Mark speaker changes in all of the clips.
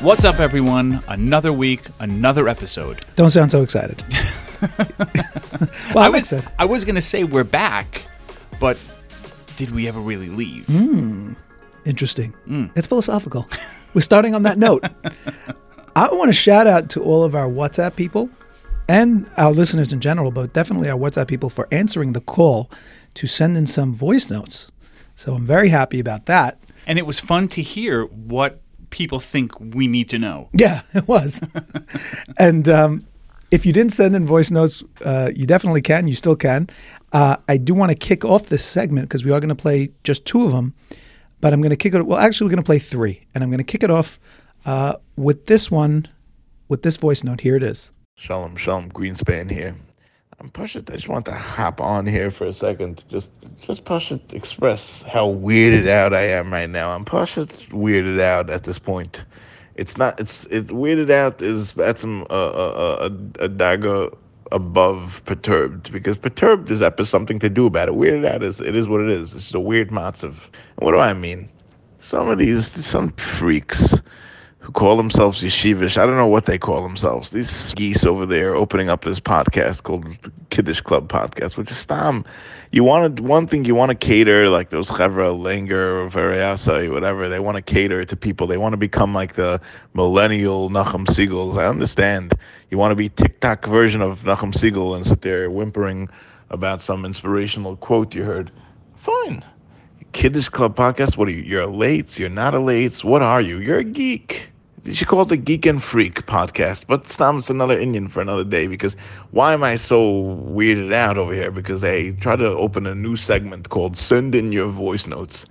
Speaker 1: What's up, everyone? Another week, another episode.
Speaker 2: Don't sound so excited. well,
Speaker 1: I
Speaker 2: I
Speaker 1: was
Speaker 2: was.
Speaker 1: I was gonna say we're back, but did we ever really leave?
Speaker 2: Hmm? Interesting.
Speaker 1: Mm.
Speaker 2: It's philosophical. We're starting on that note. I want to shout out to all of our WhatsApp people and our listeners in general, but definitely our WhatsApp people for answering the call to send in some voice notes. So I'm very happy about that.
Speaker 1: And it was fun to hear what people think we need to know.
Speaker 2: Yeah, it was. and um, if you didn't send in voice notes, uh, you definitely can. You still can. Uh, I do want to kick off this segment because we are going to play just two of them, but I'm going to kick it. Well, actually, we're going to play three, and I'm going to kick it off uh, with this one, with this voice note. Here it is.
Speaker 3: Shalom, shalom, Greenspan here. I'm Pusha. I just want to hop on here for a second to just, just Pusha express how weirded out I am right now. I'm Pusha weirded out at this point. It's not. It's it's weirded out is that's some a a a dagger above perturbed because perturbed is that something to do about it. Weirded out is it is what it is. It's just a weird matzav. And what do I mean? Some of these some freaks who call themselves yeshivish. I don't know what they call themselves. These geese over there opening up this podcast called the Kiddish Club Podcast, which is stam. You want to one thing you want to cater like those chevra linger or variasa whatever. They want to cater to people. They want to become like the millennial Nachum Siegels. I understand. You want to be TikTok version of Nachum Siegel and sit there whimpering about some inspirational quote you heard. Fine. Kiddish Club podcast. What are you? You're a lates. You're not a lates. What are you? You're a geek. You should call it the Geek and Freak podcast. But Stam, it's another Indian for another day because why am I so weirded out over here? Because they try to open a new segment called Send in Your Voice Notes.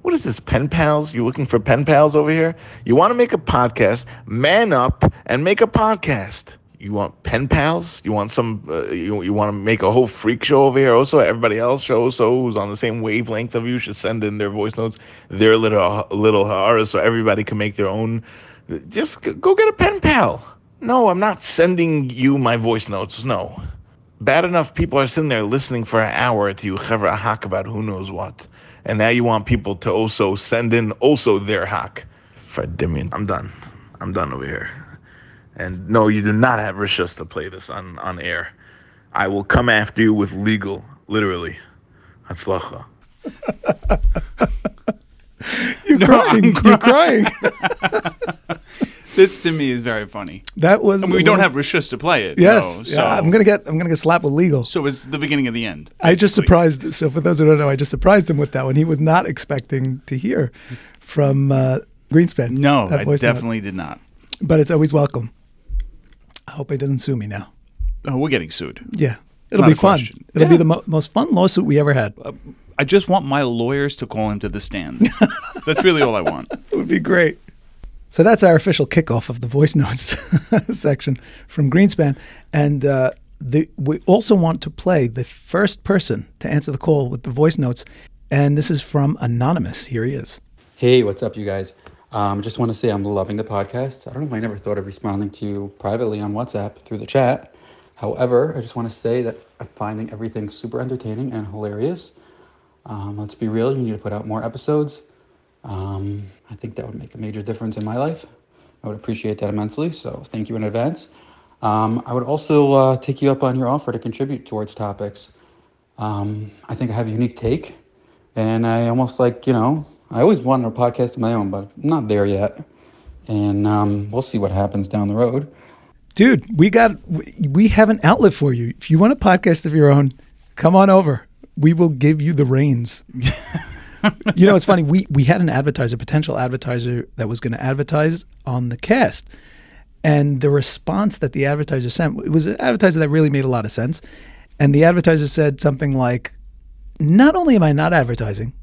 Speaker 3: What is this, pen pals? You looking for pen pals over here? You want to make a podcast? Man up and make a podcast. You want pen pals? You want some? Uh, you you want to make a whole freak show over here? Also, everybody else show so who's on the same wavelength of you should send in their voice notes, their little little horror, so everybody can make their own. Just g- go get a pen pal. No, I'm not sending you my voice notes. No, bad enough people are sitting there listening for an hour to you chevra hack about who knows what, and now you want people to also send in also their hack. Fred Dimion, I'm done. I'm done over here. And no, you do not have rishus to play this on, on air. I will come after you with legal, literally. Hatzlacha.
Speaker 2: You're
Speaker 1: I'm
Speaker 2: crying. You're crying.
Speaker 1: This to me is very funny.
Speaker 2: that was.
Speaker 1: We don't
Speaker 2: was-
Speaker 1: have Rishus to play it.
Speaker 2: Yes.
Speaker 1: though,
Speaker 2: yeah,
Speaker 1: so
Speaker 2: I'm gonna get. I'm gonna get slapped with legal.
Speaker 1: so it's the beginning of the end.
Speaker 2: I just
Speaker 1: basically.
Speaker 2: surprised. So for those who don't know, I just surprised him with that one. He was not expecting to hear from uh, Greenspan.
Speaker 1: No,
Speaker 2: that
Speaker 1: I
Speaker 2: voice note.
Speaker 1: definitely did not.
Speaker 2: but it's always welcome. I hope he doesn't sue me now.
Speaker 1: Oh, we're getting sued.
Speaker 2: Yeah, it'll
Speaker 1: Not
Speaker 2: be
Speaker 1: a
Speaker 2: fun.
Speaker 1: question.
Speaker 2: It'll
Speaker 1: Yeah.
Speaker 2: be
Speaker 1: Uh,
Speaker 2: the mo- most fun lawsuit we ever had. It
Speaker 1: I just want my lawyers to call him to the stand. That's really all I want.
Speaker 2: would be great. So that's our official kickoff of the voice notes section from Greenspan, and uh, the, we also want to play the first person to answer the call with the voice notes, and this is from anonymous. Here he is.
Speaker 4: Hey, what's up, you guys? Um, just want to say I'm loving the podcast. I don't know if I never thought of responding to you privately on WhatsApp through the chat. However, I just want to say that I'm finding everything super entertaining and hilarious. Um, let's be real, you need to put out more episodes. Um, I think that would make a major difference in my life. I would appreciate that immensely, so thank you in advance. Um, I would also uh, take you up on your offer to contribute towards topics. Um, I think I have a unique take, and I almost like, you know, I always wanted a podcast of my own, but I'm not there yet. And um, we'll see what happens down the road.
Speaker 2: dude we got we- we have an outlet for you if you want a podcast of your own come on over we will give you the reins you know it's funny we we had an advertiser potential advertiser that was going to advertise on the cast and the response that the advertiser sent it was an advertiser that really made a lot of sense and the advertiser said something like not only am i not advertising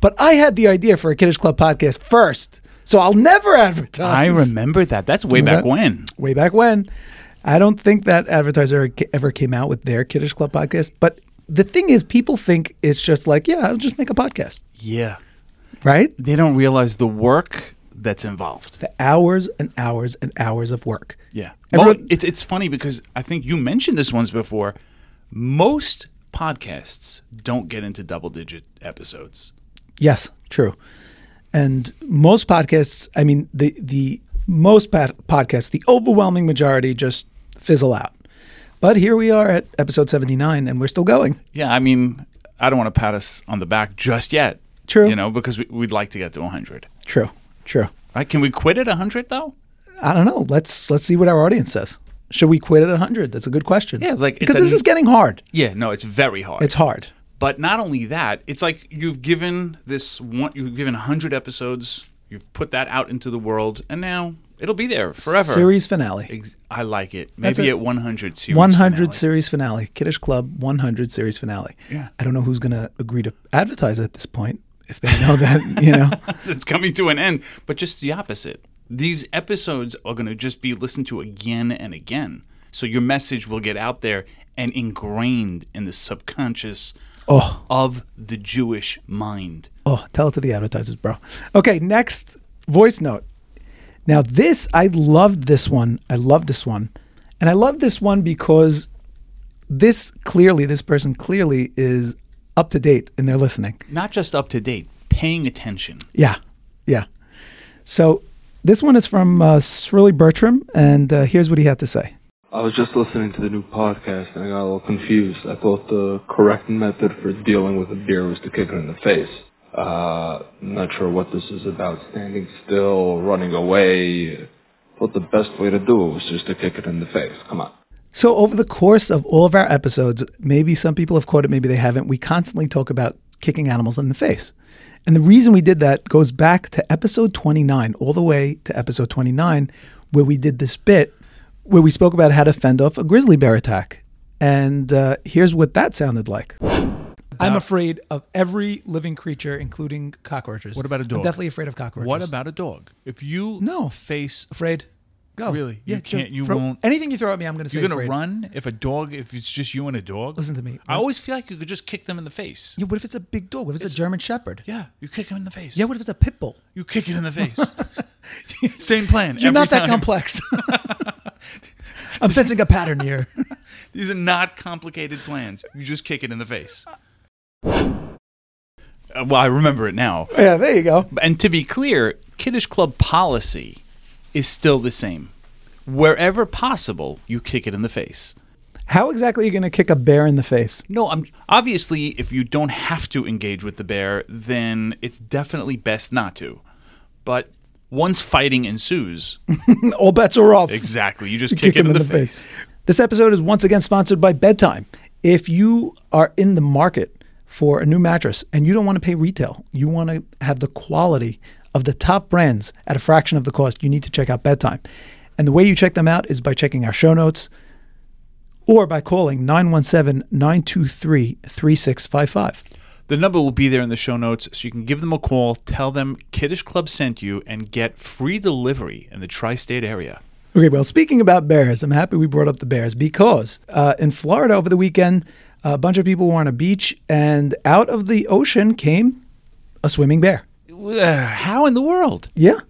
Speaker 2: but i had the idea for a kiddish club podcast first so i'll never advertise
Speaker 1: I remember that. That's way back
Speaker 2: Remember that?
Speaker 1: when.
Speaker 2: way back when. I don't think that advertiser ca- ever came out with their Kiddish Club podcast. But the thing is, people think it's just like, yeah, I'll just make a podcast,
Speaker 1: Yeah.
Speaker 2: right?
Speaker 1: They don't realize the work that's involved.
Speaker 2: The hours and hours and hours of work.
Speaker 1: Yeah. well,
Speaker 2: Everyone-
Speaker 1: it's it's funny because I think you mentioned this once before. Most podcasts don't get into double digit episodes.
Speaker 2: Yes, true. And most podcasts, I mean, the the most pod- podcasts, the overwhelming majority just fizzle out. But here we are at episode 79, and we're still going.
Speaker 1: Yeah, I mean, I don't want to pat us on the back just yet.
Speaker 2: True.
Speaker 1: You know, because we, we'd like to get to 100.
Speaker 2: True, true.
Speaker 1: Right? Can we quit at 100 though?
Speaker 2: I don't know. Let's let's see what our audience says. Should we quit at 100? That's a good question.
Speaker 1: Yeah, it's like- it's
Speaker 2: because
Speaker 1: a-
Speaker 2: this is getting hard.
Speaker 1: Yeah, no, it's very hard.
Speaker 2: It's hard.
Speaker 1: But not only that, it's like you've given this one, you've given 100 episodes, you've put that out into the world, and now it'll be there forever.
Speaker 2: Series finale.
Speaker 1: Ex- I like it.
Speaker 2: That's
Speaker 1: Maybe
Speaker 2: it.
Speaker 1: at 100 series.
Speaker 2: 100
Speaker 1: finale.
Speaker 2: series finale, Kiddish Club 100 series finale.
Speaker 1: Yeah.
Speaker 2: I don't know who's going to agree to advertise at this point if they know that, you know.
Speaker 1: It's coming to an end, but just the opposite. These episodes are going to just be listened to again and again. So your message will get out there and ingrained in the subconscious
Speaker 2: Oh.
Speaker 1: of the Jewish mind.
Speaker 2: Oh, tell it to the advertisers, bro. Okay, next voice note. Now, this, I loved this one. I love this one. And I love this one because this clearly, this person clearly is up to date and they're listening.
Speaker 1: Not just up to date, paying attention.
Speaker 2: Yeah, yeah. So this one is from uh, Shirley Bertram, and uh, here's what he had to say.
Speaker 5: I was just listening to the new podcast and I got a little confused. I thought the correct method for dealing with a beer was to kick it in the face. Uh, I'm not sure what this is about. Standing still, running away. Thought the best way to do it was just to kick it in the face. Come on.
Speaker 2: So, over the course of all of our episodes, maybe some people have caught it, maybe they haven't. We constantly talk about kicking animals in the face. And the reason we did that goes back to episode 29, all the way to episode 29, where we did this bit where we spoke about how to fend off a grizzly bear attack. And uh, here's what that sounded like. I'm afraid of every living creature, including cockroaches.
Speaker 1: What about a dog?
Speaker 2: I'm definitely afraid of cockroaches.
Speaker 1: What about a dog? If you
Speaker 2: No.
Speaker 1: face,
Speaker 2: afraid? Go.
Speaker 1: Really? You
Speaker 2: throw-
Speaker 1: can't- you
Speaker 2: throw-
Speaker 1: won't-
Speaker 2: Anything you throw at me, I'm going to say
Speaker 1: you're gonna
Speaker 2: afraid.
Speaker 1: run. If a dog, if it's just you and a dog,
Speaker 2: Listen to me.
Speaker 1: I always feel like you could just kick them in the face.
Speaker 2: Yeah, what if it's a big dog? What if it's a German Shepherd?
Speaker 1: Yeah, you kick them in the face.
Speaker 2: Yeah, what if it's a pit bull?
Speaker 1: you kick it in the face. Same plan.
Speaker 2: You're
Speaker 1: every
Speaker 2: not that
Speaker 1: time.
Speaker 2: complex. I'm sensing a pattern here.
Speaker 1: These are not complicated plans. You just kick it in the face. Uh, well, I remember it now.
Speaker 2: yeah, there you go.
Speaker 1: And to be clear, Kiddish Club policy is still the same. Wherever possible, you kick it in the face.
Speaker 2: How exactly are you going to kick a bear in the face?
Speaker 1: No, I'm obviously if you don't have to engage with the bear, then it's definitely best not to. But once fighting ensues,
Speaker 2: All bets are off.
Speaker 1: exactly, you just kick, it in, the, face.
Speaker 2: This episode is once again sponsored by Bedtime. If you are in the market for a new mattress and you don't want to pay retail, you want to have the quality of the top brands at a fraction of the cost, you need to check out Bedtime. And the way you check them out is by checking our show notes or by calling 917 923 3655.
Speaker 1: The number will be there in the show notes, so you can give them a call, tell them Kiddish Club sent you, and get free delivery in the tri-state area.
Speaker 2: Okay, well, speaking about bears, I'm happy we brought up the bears because uh, in Florida over the weekend, a bunch of people were on a beach and out of the ocean came a swimming bear.
Speaker 1: Uh, How in the world?
Speaker 2: Yeah.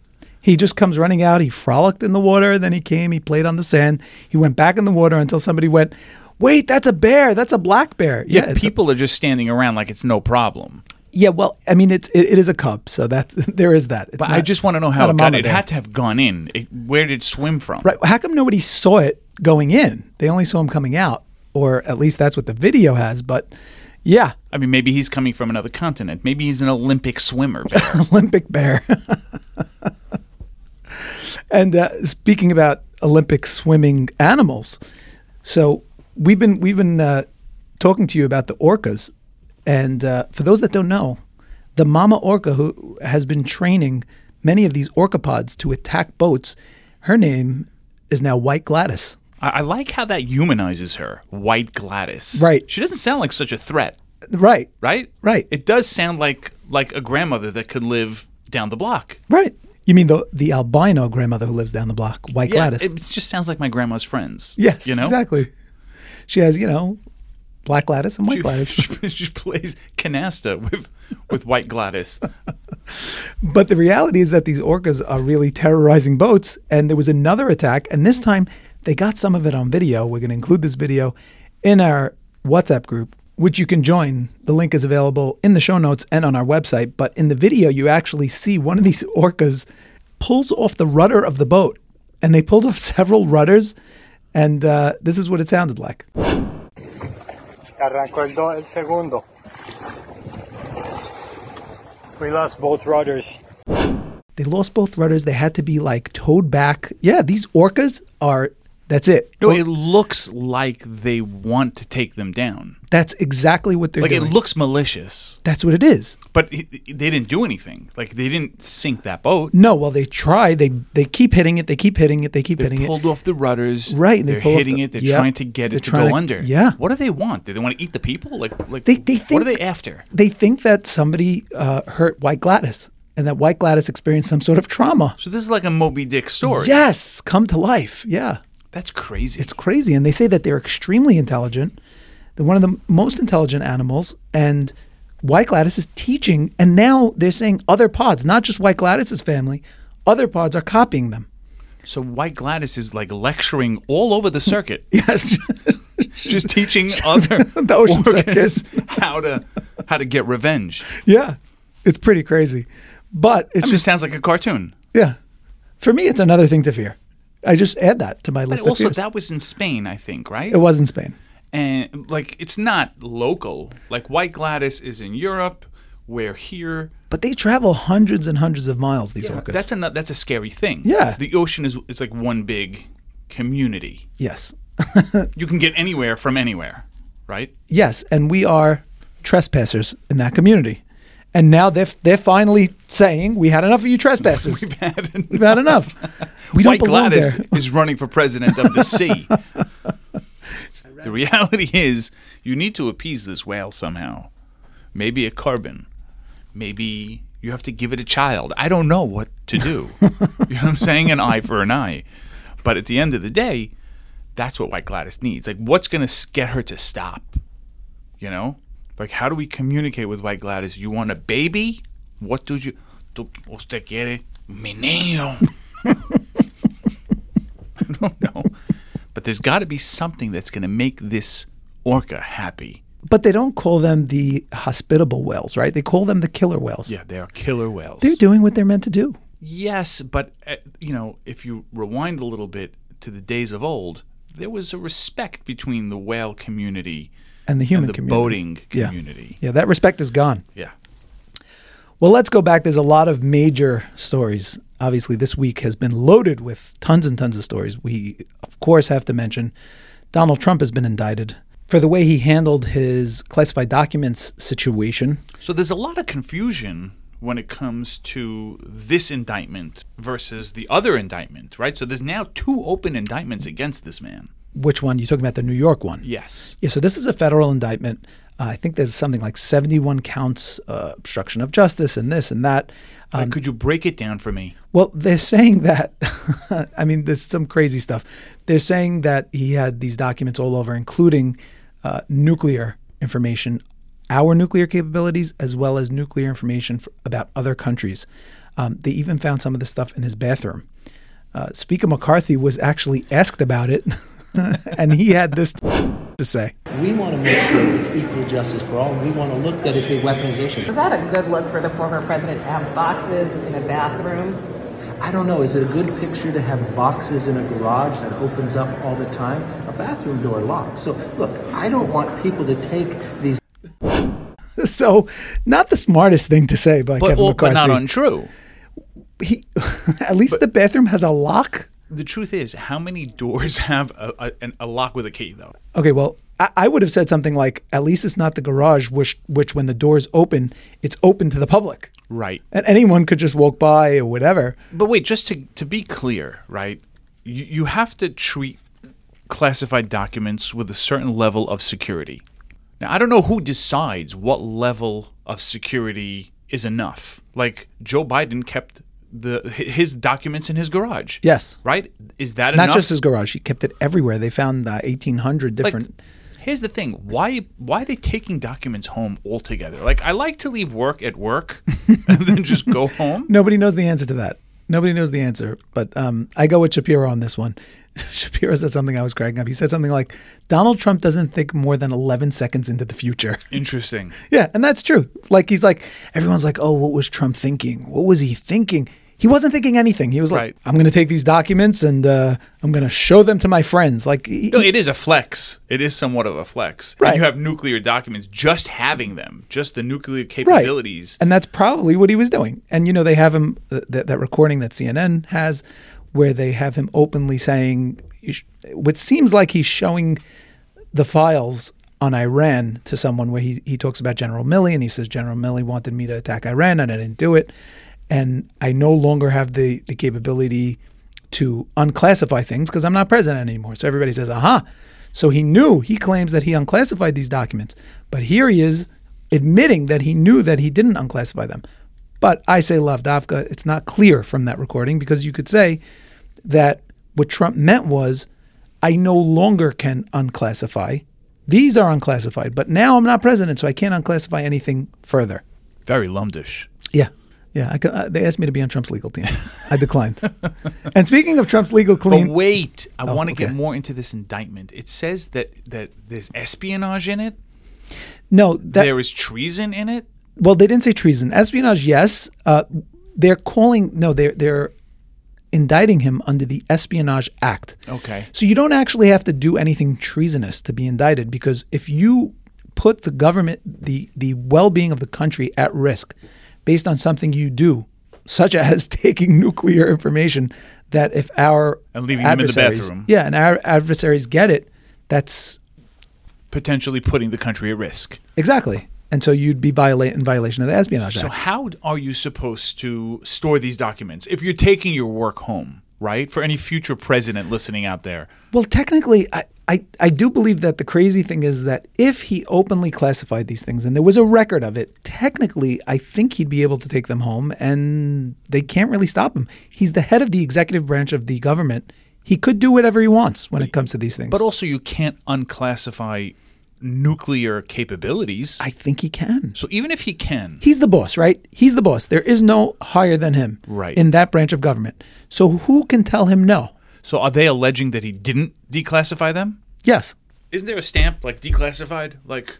Speaker 2: He just comes running out. He frolicked in the water. Then he came, he played on the sand. He went back in the water until somebody went, Wait, that's a bear. That's a black bear.
Speaker 1: Yeah,
Speaker 2: it's a-
Speaker 1: people are just standing around like it's no problem.
Speaker 2: yeah, well, I mean, it's, it, it is a cub. So that's, there is that. It's
Speaker 1: But
Speaker 2: not-
Speaker 1: I just want to know
Speaker 2: it's
Speaker 1: how
Speaker 2: not a
Speaker 1: it got
Speaker 2: mama
Speaker 1: it.
Speaker 2: bear.
Speaker 1: had to have gone in. It, where did it swim from?
Speaker 2: Right. How come nobody saw it going in? They only saw him coming out, or at least that's what the video has. But yeah,
Speaker 1: I mean, maybe he's coming from another continent. Maybe he's an Olympic swimmer. bear.
Speaker 2: Olympic bear. and uh, speaking about Olympic swimming animals, so we've been we've been uh, talking to you about the orcas, and uh, for those that don't know, the mama orca who has been training many of these orcapods to attack boats, her name is now White Gladys.
Speaker 1: I, I like how that humanizes her, White Gladys.
Speaker 2: Right.
Speaker 1: She doesn't sound like such a threat,
Speaker 2: Right.
Speaker 1: right?
Speaker 2: Right.
Speaker 1: It does sound like like a grandmother that could live down the block.
Speaker 2: Right. You mean the the albino grandmother who lives down the block, White Gladys?
Speaker 1: It just sounds like my grandma's friends.
Speaker 2: yes,
Speaker 1: you know
Speaker 2: exactly. She has, you know, black Gladys and white Gladys.
Speaker 1: She, she plays canasta with with white Gladys.
Speaker 2: But the reality is that these orcas are really terrorizing boats. And there was another attack, and this time they got some of it on video. We're going to include this video in our WhatsApp group, which you can join. The link is available in the show notes and on our website. But in the video, you actually see one of these orcas pulls off the rudder of the boat. And they pulled off several rudders. And uh, this is what it sounded like.
Speaker 6: Arrancó el, do- el segundo. We lost both rudders.
Speaker 2: They lost both rudders. They had to be like towed back. Yeah, these orcas are. That's it.
Speaker 1: No, it looks like they want to take them down.
Speaker 2: That's exactly what they're
Speaker 1: Like
Speaker 2: doing.
Speaker 1: it looks malicious,
Speaker 2: That's what it is.
Speaker 1: but it, it- they didn't do anything. Like they didn't sink that boat.
Speaker 2: No, well, they try. They they keep hitting it. They keep hitting it. They keep hitting
Speaker 1: They
Speaker 2: it.
Speaker 1: pulled off the rudders.
Speaker 2: Right, they
Speaker 1: They're
Speaker 2: pull off
Speaker 1: hitting
Speaker 2: the-
Speaker 1: it. They're
Speaker 2: yeah,
Speaker 1: trying to get
Speaker 2: they're
Speaker 1: it to
Speaker 2: trying
Speaker 1: go
Speaker 2: to-
Speaker 1: under.
Speaker 2: yeah.
Speaker 1: What do they want? Do they want to eat the people? Like, like
Speaker 2: They- they
Speaker 1: what are
Speaker 2: think-
Speaker 1: they after?
Speaker 2: They think that somebody uh, hurt White Gladys and that White Gladys experienced some sort of trauma.
Speaker 1: So this is like a Moby Dick story.
Speaker 2: Yes, come to life. Yeah,
Speaker 1: That's crazy.
Speaker 2: it's crazy. And they say that they're extremely intelligent. They're one of the most intelligent animals. And White Gladys is teaching. And now they're saying other pods, not just White Gladys's family, other pods are copying them.
Speaker 1: so White Gladys is like lecturing all over the circuit.
Speaker 2: Yes.
Speaker 1: just teaching other
Speaker 2: The ocean
Speaker 1: orcas
Speaker 2: circus.
Speaker 1: how to how to get revenge.
Speaker 2: yeah. It's pretty crazy. But it's
Speaker 1: It
Speaker 2: just
Speaker 1: just sounds like a cartoon.
Speaker 2: Yeah. For me, it's another thing to fear. I just add that to my
Speaker 1: But
Speaker 2: list of
Speaker 1: also,
Speaker 2: fears.
Speaker 1: that was in Spain, I think, right?
Speaker 2: it was in Spain.
Speaker 1: and like, it's not local. Like White Gladys is in Europe. We're here.
Speaker 2: But they travel hundreds and hundreds of miles, these orcas.
Speaker 1: That's a that's a scary thing.
Speaker 2: Yeah.
Speaker 1: the ocean is it's like one big community.
Speaker 2: yes.
Speaker 1: You can get anywhere from anywhere, right?
Speaker 2: Yes. And we are trespassers in that community. And now they're, they're finally saying, we had enough of you trespassers. We've
Speaker 1: White
Speaker 2: had enough. We don't belong
Speaker 1: Gladys
Speaker 2: there.
Speaker 1: is running for president of the sea. the reality is, you need to appease this whale somehow. Maybe a carbon. Maybe you have to give it a child. I don't know what to do. you know what I'm saying? An eye for an eye. But at the end of the day, that's what White Gladys needs. Like, what's going to get her to stop? You know? Like, how do we communicate with White Gladys? You want a baby? What do you. tú- Usted quiere menino. I don't know. Oh, But there's got to be something that's going to make this orca happy.
Speaker 2: But they don't call them the hospitable whales, right? They call them the killer whales.
Speaker 1: Yeah, they are killer whales.
Speaker 2: They're doing what they're meant to do.
Speaker 1: Yes, but uh, you know, if you rewind a little bit to the days of old, there was a respect between the whale community
Speaker 2: And the human
Speaker 1: and the
Speaker 2: community.
Speaker 1: boating
Speaker 2: Yeah.
Speaker 1: community.
Speaker 2: Yeah, that respect is gone.
Speaker 1: Yeah.
Speaker 2: Well, let's go back. There's a lot of major stories. Obviously, this week has been loaded with tons and tons of stories. We, of course, have to mention Donald Trump has been indicted for the way he handled his classified documents situation.
Speaker 1: So there's a lot of confusion when it comes to this indictment versus the other indictment, right? So there's now two open indictments against this man.
Speaker 2: Which one? You're talking about the New York one.
Speaker 1: Yes.
Speaker 2: Yeah, so this is a federal indictment. Uh, I think there's something like 71 counts uh, obstruction of justice and this and that.
Speaker 1: Uh, could you break it down for me?
Speaker 2: Well, they're saying that. I mean, there's some crazy stuff. They're saying that he had these documents all over, including uh, nuclear information, our nuclear capabilities, as well as nuclear information f about other countries. Um, they even found some of this stuff in his bathroom. Uh, Speaker McCarthy was actually asked about it, and he had this to say.
Speaker 7: We want to make sure it's equal justice for all. We want to look that it's a weaponization.
Speaker 8: Was that a good look for the former president to have boxes in a bathroom?
Speaker 7: I don't know. Is it a good picture to have boxes in a garage that opens up all the time? A bathroom door locked. So look, I don't want people to take these
Speaker 2: So, not the smartest thing to say by
Speaker 1: But,
Speaker 2: Kevin
Speaker 1: all, but
Speaker 2: McCarthy.
Speaker 1: not untrue.
Speaker 2: He- at least the bathroom has a lock.
Speaker 1: The truth is, how many doors have a, a, an- a lock with a key, though?
Speaker 2: Okay, well, I, I would have said something like, "At least it's not the garage, which which when the doors open, it's open to the public,
Speaker 1: Right.
Speaker 2: and anyone could just walk by or whatever."
Speaker 1: But wait, just to, to be clear, right? You, you have to treat classified documents with a certain level of security. Now, I don't know who decides what level of security is enough. Like, Joe Biden kept the hi- his documents in his garage.
Speaker 2: Yes.
Speaker 1: Right? Is that
Speaker 2: Not
Speaker 1: enough?
Speaker 2: just his garage; he kept it everywhere. They found uh, eighteen hundred different.
Speaker 1: Here's the thing: why why are they taking documents home altogether? Like, I like to leave work at work and then just go home.
Speaker 2: Nobody knows the answer to that. Nobody knows the answer, but um, I go with Shapiro on this one. Shapiro said something I was cracking up. He said something like, "Donald Trump doesn't think more than eleven seconds into the future."
Speaker 1: Interesting.
Speaker 2: Yeah, and that's true. Like he's like everyone's like, "Oh, what was Trump thinking? What was he thinking?" He wasn't thinking anything. He was like,
Speaker 1: Right.
Speaker 2: "I'm going to take these documents and uh, I'm going to show them to my friends." Like, he-
Speaker 1: No, it is a flex. It is somewhat of a flex. And
Speaker 2: Right.
Speaker 1: you have nuclear documents, just having them, just the nuclear capabilities.
Speaker 2: And that's probably what he was doing. And you know, they have him th- that that recording that CNN has, where they have him openly saying, you sh- what seems like he's showing the files on Iran to someone, where he he talks about General Milley and he says General Milley wanted me to attack Iran and I didn't do it, and I no longer have the the capability to unclassify things because I'm not president anymore. So everybody says, aha. So he knew, he claims that he unclassified these documents. But here he is admitting that he knew that he didn't unclassify them. But I say Lavdavka, it's not clear from that recording because you could say that what Trump meant was, I no longer can unclassify. These are unclassified, but now I'm not president, so I can't unclassify anything further.
Speaker 1: Very lumdish.
Speaker 2: Yeah. Yeah, I, co- uh, they asked me to be on Trump's legal team. I declined. and speaking of Trump's legal
Speaker 1: But
Speaker 2: clean,
Speaker 1: Oh, wait, I want to
Speaker 2: Oh, okay.
Speaker 1: get more into this indictment. It says that, that there's espionage in it,
Speaker 2: no, that,
Speaker 1: there is treason in it.
Speaker 2: Well, they didn't say treason. Espionage, yes. Uh, they're calling no, they're they're indicting him under the Espionage Act.
Speaker 1: Okay.
Speaker 2: So you don't actually have to do anything treasonous to be indicted because if you put the government the the well-being of the country at risk based on something you do, such as taking nuclear information that if our
Speaker 1: And leaving them in the
Speaker 2: adversaries-
Speaker 1: bathroom.
Speaker 2: Yeah, and our adversaries get it, that's
Speaker 1: Potentially putting the country at risk.
Speaker 2: exactly. And so you'd be violate in violation of the Espionage
Speaker 1: So,
Speaker 2: Act.
Speaker 1: how d- are you supposed to store these documents if you're taking your work home, right? For any future president listening out there,
Speaker 2: Well, technically, I, I, I do believe that the crazy thing is that if he openly classified these things and there was a record of it, technically, I think he'd be able to take them home and they can't really stop him. He's the head of the executive branch of the government. He could do whatever he wants when it comes to these things.
Speaker 1: but also you can't unclassify nuclear capabilities.
Speaker 2: I think he can.
Speaker 1: so, even if he can,
Speaker 2: He's the boss, right? He's the boss. There is no higher than him
Speaker 1: Right.
Speaker 2: in that branch of government. So who can tell him no?
Speaker 1: so are they alleging that he didn't declassify them?
Speaker 2: Yes.
Speaker 1: Isn't there a stamp like declassified? Like,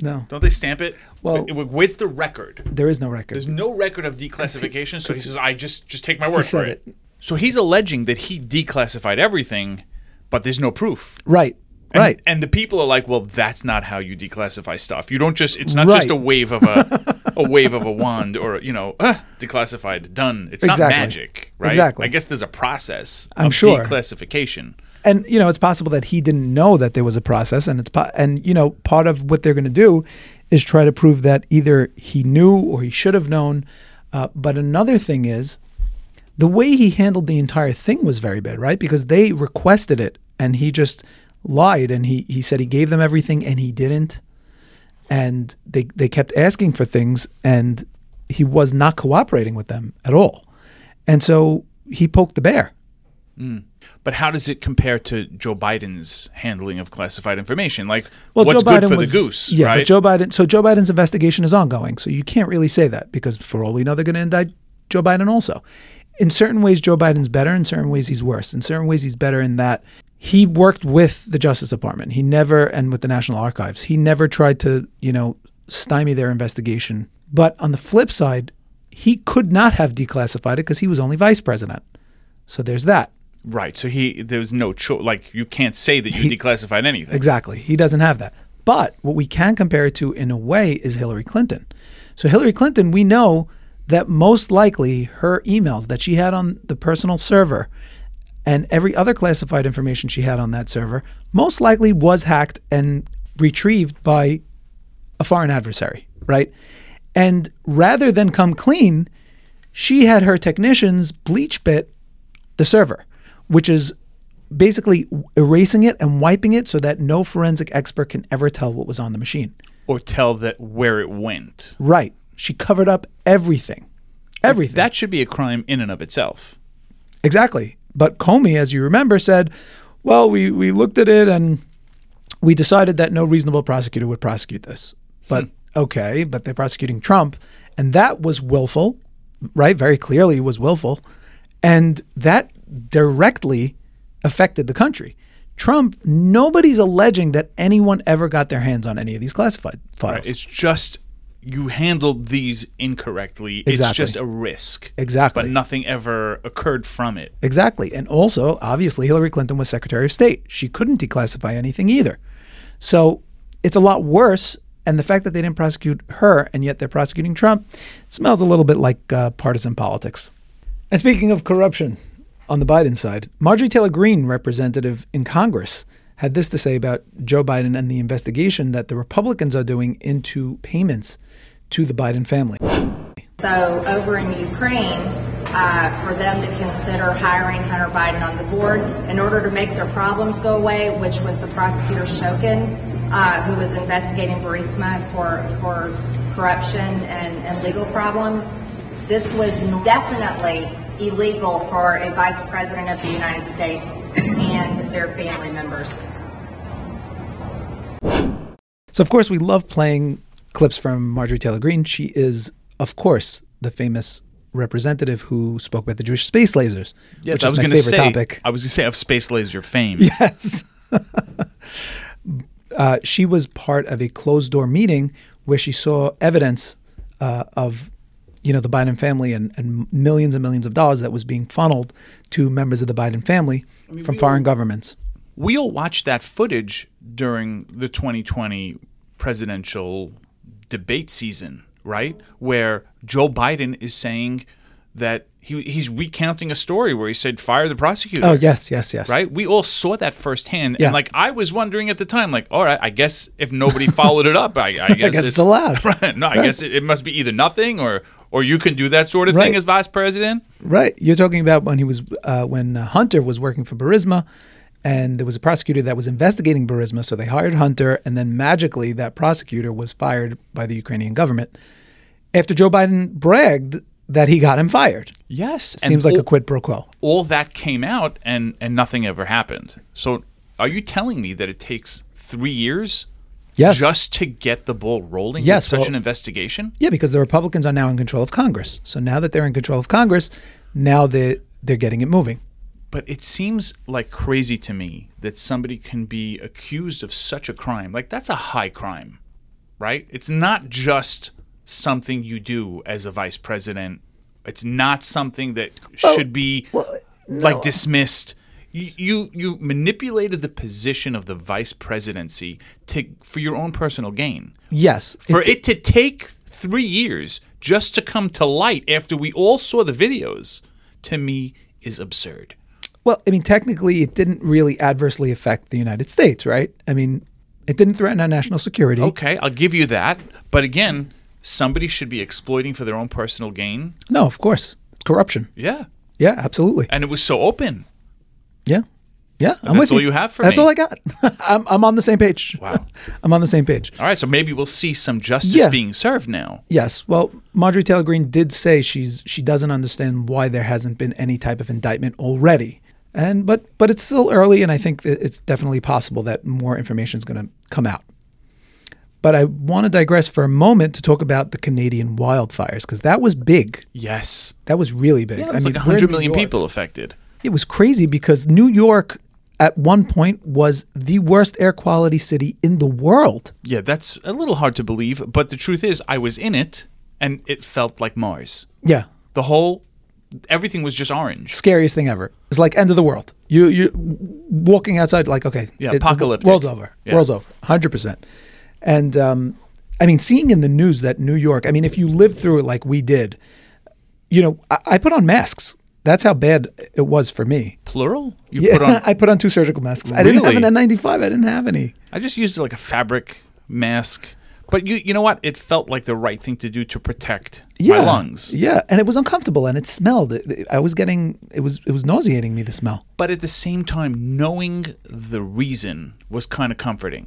Speaker 2: No.
Speaker 1: don't they stamp it?
Speaker 2: Well-
Speaker 1: Wh- wh- where's the record?
Speaker 2: There is no record.
Speaker 1: There's no record of declassification, so he says, "I just just take my word
Speaker 2: said
Speaker 1: for
Speaker 2: it.
Speaker 1: it." So he's alleging that he declassified everything, but there's no proof.
Speaker 2: right.
Speaker 1: And,
Speaker 2: right.
Speaker 1: And the people are like, well, that's not how you declassify stuff. You don't just. It's not just
Speaker 2: Right.
Speaker 1: a wave of a a wave of a wand or you know, "Ah, declassified, done. It's not
Speaker 2: Exactly.
Speaker 1: magic, right?
Speaker 2: Exactly.
Speaker 1: I guess there's a process.
Speaker 2: I'm
Speaker 1: of
Speaker 2: sure.
Speaker 1: Declassification.
Speaker 2: and you know it's possible that he didn't know that there was a process and it's po- and you know part of what they're going to do is try to prove that either he knew or he should have known uh, but another thing is the way he handled the entire thing was very bad right because they requested it and he just lied and he he said he gave them everything and he didn't and they they kept asking for things and he was not cooperating with them at all and so he poked the bear
Speaker 1: But how does it compare to Joe Biden's handling of classified information? Like,
Speaker 2: Well,
Speaker 1: what's
Speaker 2: Joe
Speaker 1: good
Speaker 2: Biden
Speaker 1: for
Speaker 2: was,
Speaker 1: the goose,
Speaker 2: Yeah,
Speaker 1: right?
Speaker 2: but Joe Biden. So Joe Biden's investigation is ongoing. So you can't really say that because for all we know, they're going to indict Joe Biden also. In certain ways, Joe Biden's better. In certain ways, he's worse. In certain ways, he's better in that he worked with the Justice Department. He never and with the National Archives. He never tried to you know stymie their investigation. But on the flip side, he could not have declassified it because he was only vice president. So there's that.
Speaker 1: right. So he there's no choice. Like, you can't say that you declassified anything.
Speaker 2: Exactly. He doesn't have that. But what we can compare it to in a way is Hillary Clinton. So Hillary Clinton, we know that most likely her emails that she had on the personal server and every other classified information she had on that server most likely was hacked and retrieved by a foreign adversary, right? And rather than come clean, she had her technicians bleach bit the server, which is basically erasing it and wiping it so that no forensic expert can ever tell what was on the machine.
Speaker 1: Or tell that where it went.
Speaker 2: Right. She covered up everything. Everything.
Speaker 1: That should be a crime in and of itself.
Speaker 2: exactly. But Comey, as you remember, said, well, we, we looked at it and we decided that no reasonable prosecutor would prosecute this. But okay, but they're prosecuting Trump. And that was willful, right? Very clearly was willful. And that directly affected the country. Trump, nobody's alleging that anyone ever got their hands on any of these classified files.
Speaker 1: It's just you handled these incorrectly. It's
Speaker 2: Exactly.
Speaker 1: just a risk.
Speaker 2: Exactly.
Speaker 1: But nothing ever occurred from it.
Speaker 2: Exactly. And also, obviously, Hillary Clinton was Secretary of State. She couldn't declassify anything either. So it's a lot worse. And the fact that they didn't prosecute her and yet they're prosecuting Trump smells a little bit like uh, partisan politics. And speaking of corruption on the Biden side, Marjorie Taylor Greene, representative in Congress, had this to say about Joe Biden and the investigation that the Republicans are doing into payments to the Biden family.
Speaker 9: So over in Ukraine, uh, for them to consider hiring Hunter Biden on the board in order to make their problems go away, which was the prosecutor Shokin, uh, who was investigating Burisma for for corruption and, and legal problems. This was definitely illegal for a vice president of the United States and their family members.
Speaker 2: So, of course, we love playing clips from Marjorie Taylor Greene. She is, of course, the famous representative who spoke about the Jewish space lasers, which
Speaker 1: I
Speaker 2: is
Speaker 1: was
Speaker 2: my
Speaker 1: gonna
Speaker 2: favorite
Speaker 1: say,
Speaker 2: topic.
Speaker 1: I was going to say of space laser fame.
Speaker 2: Yes. uh, she was part of a closed door meeting where she saw evidence uh, of, you know, the Biden family and, and millions and millions of dollars that was being funneled to members of the Biden family from foreign governments.
Speaker 1: we all watched that footage during the 2020 presidential debate season, right? Where Joe Biden is saying that he he's recounting a story where he said fire the prosecutor.
Speaker 2: Oh yes, yes, yes.
Speaker 1: Right? We all saw that firsthand.
Speaker 2: Yeah.
Speaker 1: And like I was wondering at the time, like, all right, I guess if nobody followed it up, I, I guess,
Speaker 2: guess it's allowed.
Speaker 1: Right. No, I guess it, it must be either nothing or or you can do that sort of
Speaker 2: Right.
Speaker 1: thing as vice president.
Speaker 2: Right. You're talking about when he was uh, when uh, Hunter was working for Burisma, and there was a prosecutor that was investigating Burisma. So they hired Hunter, and then magically that prosecutor was fired by the Ukrainian government after Joe Biden bragged that he got him fired.
Speaker 1: Yes.
Speaker 2: Seems like a quid pro quo.
Speaker 1: all that came out and and nothing ever happened. So are you telling me that it takes three years
Speaker 2: Yes.
Speaker 1: just to get the ball rolling with
Speaker 2: Yes,
Speaker 1: such
Speaker 2: well-
Speaker 1: an investigation?
Speaker 2: yeah, because the Republicans are now in control of Congress. So now that they're in control of Congress, now they they're getting it moving.
Speaker 1: But it seems like crazy to me that somebody can be accused of such a crime. Like that's a high crime, right? It's not just something you do as a vice president. It's not something that should be like dismissed. You, you you manipulated the position of the vice presidency to for your own personal gain.
Speaker 2: Yes.
Speaker 1: For it, to take three years just to come to light after we all saw the videos, to me is absurd.
Speaker 2: Well, I mean, technically, it didn't really adversely affect the United States, right? I mean, it didn't threaten our national security.
Speaker 1: Okay, I'll give you that. But again, somebody should be exploiting for their own personal gain.
Speaker 2: No, of course. It's corruption.
Speaker 1: Yeah.
Speaker 2: Yeah, absolutely.
Speaker 1: And it was so open.
Speaker 2: Yeah. Yeah. I'm
Speaker 1: That's
Speaker 2: with
Speaker 1: all
Speaker 2: you.
Speaker 1: you have for
Speaker 2: That's
Speaker 1: me.
Speaker 2: all I got. I'm, I'm on the same page.
Speaker 1: Wow.
Speaker 2: I'm on the same page.
Speaker 1: All right, so maybe we'll see some justice
Speaker 2: Yeah.
Speaker 1: being served now.
Speaker 2: Yes. Well, Marjorie Taylor Greene did say she's she doesn't understand why there hasn't been any type of indictment already. And but but it's still early, and I think that it's definitely possible that more information is going to come out. But I want to digress for a moment to talk about the Canadian wildfires because that was big.
Speaker 1: Yes.
Speaker 2: That was really big.
Speaker 1: Yeah, it's like
Speaker 2: we're in
Speaker 1: 100
Speaker 2: New
Speaker 1: million
Speaker 2: York.
Speaker 1: people affected.
Speaker 2: It was crazy because New York at one point was the worst air quality city in the world.
Speaker 1: Yeah, that's a little hard to believe, but the truth is I was in it and it felt like Mars.
Speaker 2: Yeah.
Speaker 1: The whole everything was just orange.
Speaker 2: Scariest thing ever. It's like end of the world. You you walking outside like okay,
Speaker 1: Yeah,
Speaker 2: the
Speaker 1: apocalyptic.
Speaker 2: World's over.
Speaker 1: Yeah.
Speaker 2: World's over. 100%. And um I mean seeing in the news that New York, I mean if you lived through it like we did, you know, I, I put on masks. That's how bad it was for me.
Speaker 1: Plural? You
Speaker 2: Yeah,
Speaker 1: put on
Speaker 2: I put on two surgical masks. I didn't have
Speaker 1: Really?
Speaker 2: an N95. I didn't have any.
Speaker 1: I just used like a fabric mask. But you you know what? It felt like the right thing to do to protect my lungs.
Speaker 2: Yeah, and it was uncomfortable and it smelled. It- it- I was getting it was it was nauseating me the smell.
Speaker 1: but at the same time, knowing the reason was kind of comforting.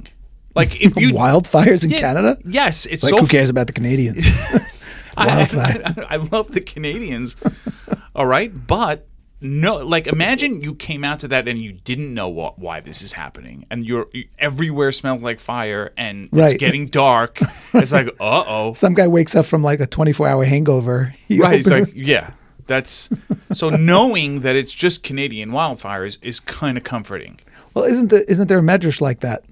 Speaker 1: Like if you
Speaker 2: Wildfires in
Speaker 1: Yeah,
Speaker 2: Canada?
Speaker 1: yes, it's
Speaker 2: Like
Speaker 1: so
Speaker 2: who
Speaker 1: f-
Speaker 2: cares about the Canadians?
Speaker 1: I,
Speaker 2: Wildfire.
Speaker 1: I- I love the Canadians. all right, but no, like imagine you came out to that and you didn't know what, why this is happening, and you're you- everywhere smells like fire, and
Speaker 2: Right.
Speaker 1: it's getting dark. It's like, uh oh,
Speaker 2: Some guy wakes up from like a 24-hour hangover. He
Speaker 1: right? It's
Speaker 2: opens-
Speaker 1: like, yeah, that's so knowing that it's just Canadian wildfires is kind of comforting.
Speaker 2: well, isn't the, isn't there a medrash like that?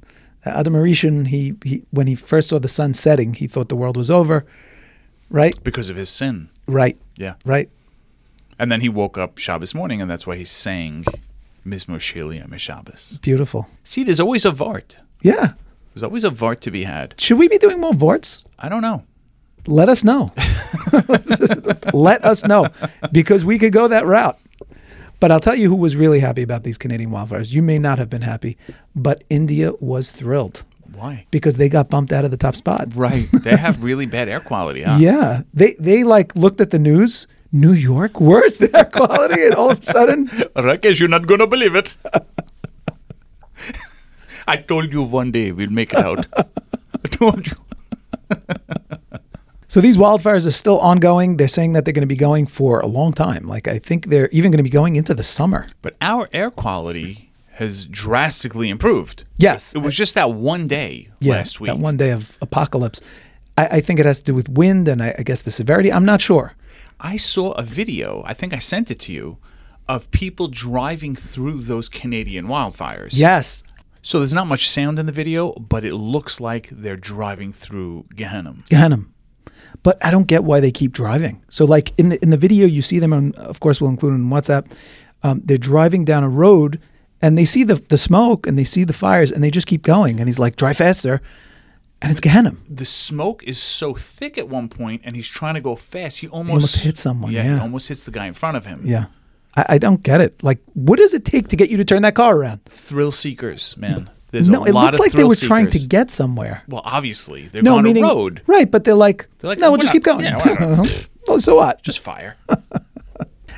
Speaker 2: The other Mauritian, he, he when he first saw the sun setting, he thought the world was over. Right,
Speaker 1: because of his sin.
Speaker 2: right,
Speaker 1: Yeah.
Speaker 2: right.
Speaker 1: And then he woke up Shabbos morning, and that's why he sang Mismo Shelia Mishabbos.
Speaker 2: Beautiful.
Speaker 1: See, there's always a vart.
Speaker 2: Yeah.
Speaker 1: There's always a vart to be had.
Speaker 2: Should we be doing more vorts?
Speaker 1: I don't know.
Speaker 2: Let us know. Let us know because we could go that route. But I'll tell you who was really happy about these Canadian wildfires. You may not have been happy, but India was thrilled
Speaker 1: Why?
Speaker 2: because they got bumped out of the top spot.
Speaker 1: Right. they have really bad air quality, huh?
Speaker 2: Yeah. They they like looked at the news. New York, where's their quality? And all of a sudden,
Speaker 1: Rakesh, you're not going to believe it. I told you one day we'll make it out. I told you.
Speaker 2: So these wildfires are still ongoing. They're saying that they're going to be going for a long time. Like I think they're even going to be going into the summer.
Speaker 1: But our air quality has drastically improved.
Speaker 2: Yes.
Speaker 1: It was just that one day
Speaker 2: Yeah,
Speaker 1: last week.
Speaker 2: That one day of apocalypse. I, I think it has to do with wind and I, I guess the severity. I'm not sure.
Speaker 1: I saw a video, I think I sent it to you, of people driving through those Canadian wildfires.
Speaker 2: Yes.
Speaker 1: So there's not much sound in the video, but it looks like they're driving through Gehenna.
Speaker 2: Ganem. But I don't get why they keep driving. So like in the in the video you see them on of course we'll include it in WhatsApp. Um, they're driving down a road and they see the the smoke and they see the fires and they just keep going and he's like drive faster and it's Gehenna.
Speaker 1: The smoke is so thick at one point, and he's trying to go fast. He almost,
Speaker 2: almost hit someone,
Speaker 1: he
Speaker 2: yeah.
Speaker 1: almost hits the guy in front of him.
Speaker 2: Yeah. I, I don't get it. Like what does it take to get you to turn that car around?
Speaker 1: Thrill seekers, man. There's
Speaker 2: no,
Speaker 1: a
Speaker 2: it
Speaker 1: lot
Speaker 2: looks
Speaker 1: of
Speaker 2: like they
Speaker 1: thrill
Speaker 2: were trying to
Speaker 1: seekers.
Speaker 2: get somewhere.
Speaker 1: Well, obviously, they're
Speaker 2: No,
Speaker 1: on
Speaker 2: meaning
Speaker 1: a road.
Speaker 2: right, but they're like,
Speaker 1: They're like, "Oh,
Speaker 2: no,
Speaker 1: "We're
Speaker 2: we'll
Speaker 1: not-
Speaker 2: just keep going.
Speaker 1: yeah, whatever.
Speaker 2: well, so what?
Speaker 1: Just fire.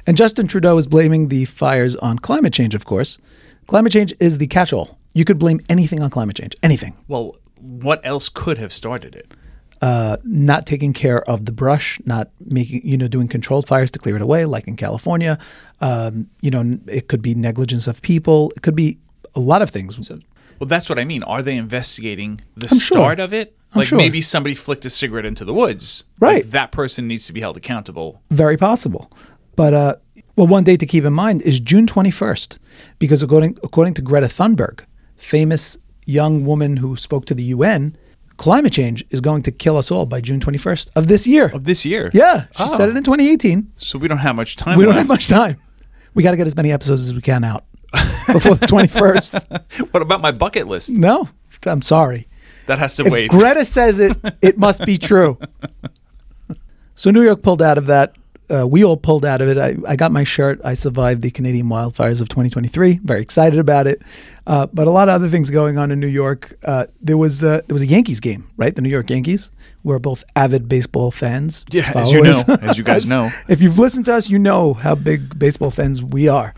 Speaker 2: And Justin Trudeau is blaming the fires on climate change, of course. Climate change is the catch-all. You could blame anything on climate change, anything.
Speaker 1: well, what else could have started it?
Speaker 2: Not taking care of the brush, not making, you know, doing controlled fires to clear it away, like in California. Um, you know, n- it could be negligence of people. It could be a lot of things.
Speaker 1: Well, that's what I mean. Are they investigating the
Speaker 2: I'm sure.
Speaker 1: start of it?
Speaker 2: I'm
Speaker 1: like
Speaker 2: sure.
Speaker 1: maybe somebody flicked a cigarette into the woods. Like,
Speaker 2: Right.
Speaker 1: that person needs to be held accountable.
Speaker 2: Very possible. But uh, well, one date to keep in mind is June 21st, because according according to Greta Thunberg, famous young woman who spoke to the UN, climate change is going to kill us all by June 21st of this year.
Speaker 1: Of this year.
Speaker 2: Yeah, she
Speaker 1: Oh.
Speaker 2: said it in 2018.
Speaker 1: So we don't have much time.
Speaker 2: We don't have much time. We got to get as many episodes as we can out before the 21st.
Speaker 1: much. What about my bucket list?
Speaker 2: No, I'm sorry.
Speaker 1: That has to
Speaker 2: If
Speaker 1: wait.
Speaker 2: Greta says it, it must be true. so New York pulled out of that. Uh, we all pulled out of it. I, I got my shirt. I survived the Canadian wildfires of 2023. Very excited about it. Uh, but a lot of other things going on in New York. Uh, there was uh, there was a Yankees game, right? The New York Yankees. We're both avid baseball fans.
Speaker 1: Yeah, as you know,
Speaker 2: followers.
Speaker 1: as you guys know.
Speaker 2: If you've listened to us, you know how big baseball fans we are.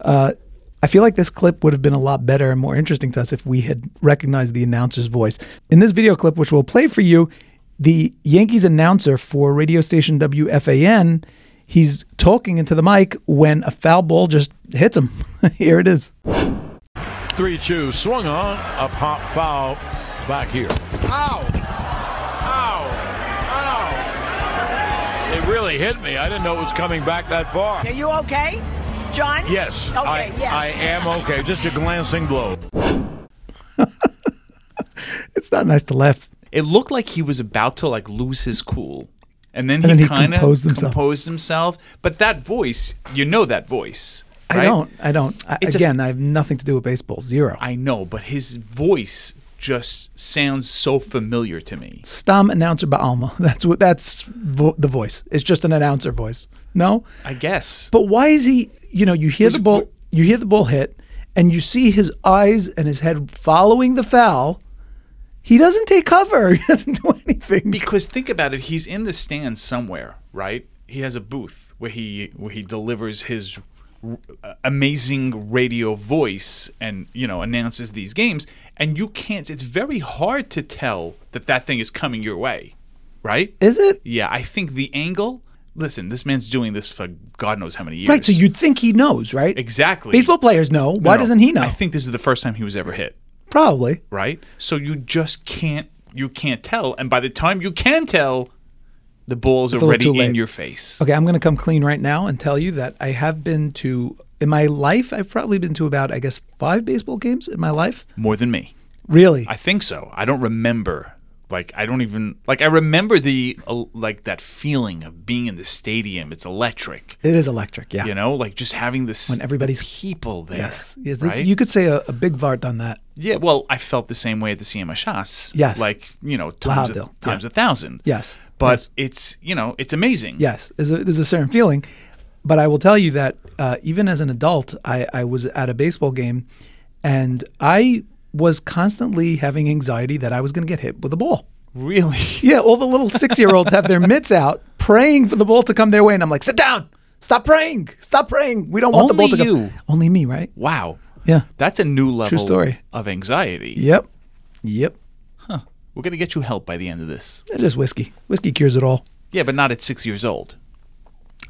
Speaker 2: Uh, I feel like this clip would have been a lot better and more interesting to us if we had recognized the announcer's voice. In this video clip, which we'll play for you, the Yankees announcer for radio station WFAN, he's talking into the mic when a foul ball just hits him. Here it is.
Speaker 10: 3 2. Swung on. Up hop foul. Back here. Ow! Ow! Ow! It really hit me. I didn't know it was coming back that far.
Speaker 11: Are you okay, John?
Speaker 10: Yes,
Speaker 11: Okay.
Speaker 10: I,
Speaker 11: yes.
Speaker 10: I am okay. Just a glancing blow.
Speaker 2: It's not nice to laugh.
Speaker 1: it looked like he was about to like lose his cool. And then
Speaker 2: And
Speaker 1: he,
Speaker 2: then he
Speaker 1: kind of
Speaker 2: composed himself.
Speaker 1: composed himself. But that voice, you know that voice.
Speaker 2: I
Speaker 1: right?
Speaker 2: don't. I don't. I,
Speaker 1: It's a-
Speaker 2: again, I have nothing to do with baseball. Zero.
Speaker 1: I know, but his voice just sounds so familiar to me.
Speaker 2: Stam announcer Ba'alma. That's what. That's vo- the voice. It's just an announcer voice. No.
Speaker 1: I guess.
Speaker 2: But why is he? You know, you hear the ball, you hear the ball hit, and you see his eyes and his head following the foul. He doesn't take cover. He doesn't do anything.
Speaker 1: because think about it, he's in the stand somewhere, right? He has a booth where he where he delivers his r- uh, amazing radio voice and you know announces these games, and you can't. It's very hard to tell that that thing is coming your way, right?
Speaker 2: Is it
Speaker 1: yeah, I think the angle. Listen, this man's doing this for God knows how many years.
Speaker 2: right? So you'd think he knows, right?
Speaker 1: exactly
Speaker 2: Baseball players know.
Speaker 1: No,
Speaker 2: Why
Speaker 1: no,
Speaker 2: doesn't he know?
Speaker 1: I think this is the first time he was ever hit,
Speaker 2: Probably.
Speaker 1: right? So you just can't you can't tell, and by the time you can tell, the ball's
Speaker 2: a little
Speaker 1: already
Speaker 2: too
Speaker 1: in
Speaker 2: late.
Speaker 1: your face.
Speaker 2: Okay, I'm going to come clean right now and tell you that I have been to in my life. I've probably been to about I guess five baseball games in my life.
Speaker 1: More than me.
Speaker 2: Really?
Speaker 1: I think so. I don't remember. Like I don't even like I remember the uh, like that feeling of being in the stadium. It's electric.
Speaker 2: It is electric, yeah.
Speaker 1: You know, like just having this
Speaker 2: When everybody's-
Speaker 1: the people there.
Speaker 2: Yes. yes
Speaker 1: right?
Speaker 2: You could say a, a big vart on that.
Speaker 1: Yeah, well, I felt the same way at the CMA Shas.
Speaker 2: Yes.
Speaker 1: Like, you know, times, a,
Speaker 2: Lahavdil, yeah.
Speaker 1: times a thousand.
Speaker 2: Yes.
Speaker 1: But it's, you know, it's amazing.
Speaker 2: Yes, there's a, there's a certain feeling, but I will tell you that uh, even as an adult, I, I was at a baseball game, and I was constantly having anxiety that I was going to get hit with a ball.
Speaker 1: Really?
Speaker 2: Yeah, all the little six year olds have their mitts out, praying for the ball to come their way, and I'm like, sit down, stop praying, stop praying. We don't want the ball
Speaker 1: Only
Speaker 2: to
Speaker 1: you.
Speaker 2: go. Only me, right?
Speaker 1: Wow.
Speaker 2: Yeah.
Speaker 1: That's a new level
Speaker 2: story.
Speaker 1: of anxiety.
Speaker 2: Yep. Yep.
Speaker 1: We're going to get you help by the end of this.
Speaker 2: It's just whiskey. Whiskey cures it all.
Speaker 1: Yeah, but not at six years old.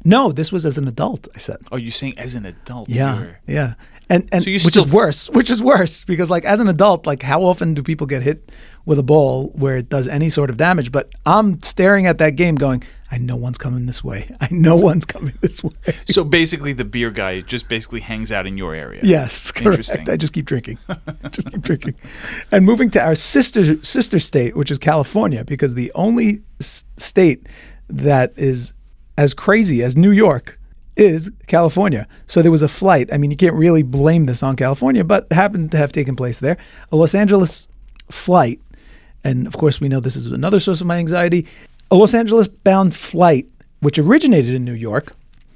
Speaker 2: No, this was as an adult. I said.
Speaker 1: Are you saying as an adult?
Speaker 2: Yeah,
Speaker 1: you're-
Speaker 2: yeah, and and
Speaker 1: So you
Speaker 2: which
Speaker 1: still-
Speaker 2: is worse, which is worse because like as an adult, like how often do people get hit with a ball where it does any sort of damage? But I'm staring at that game, going, I know one's coming this way. I know one's coming this way.
Speaker 1: So basically, the beer guy just basically hangs out in your area.
Speaker 2: Yes,
Speaker 1: Interesting.
Speaker 2: correct. I just keep drinking, just keep drinking, and moving to our sister sister state, which is California, because the only s- state that is as crazy as New York is California. So there was a flight. I mean, you can't really blame this on California, but it happened to have taken place there. A Los Angeles flight, and of course we know this is another source of my anxiety. A Los Angeles bound flight, which originated in New York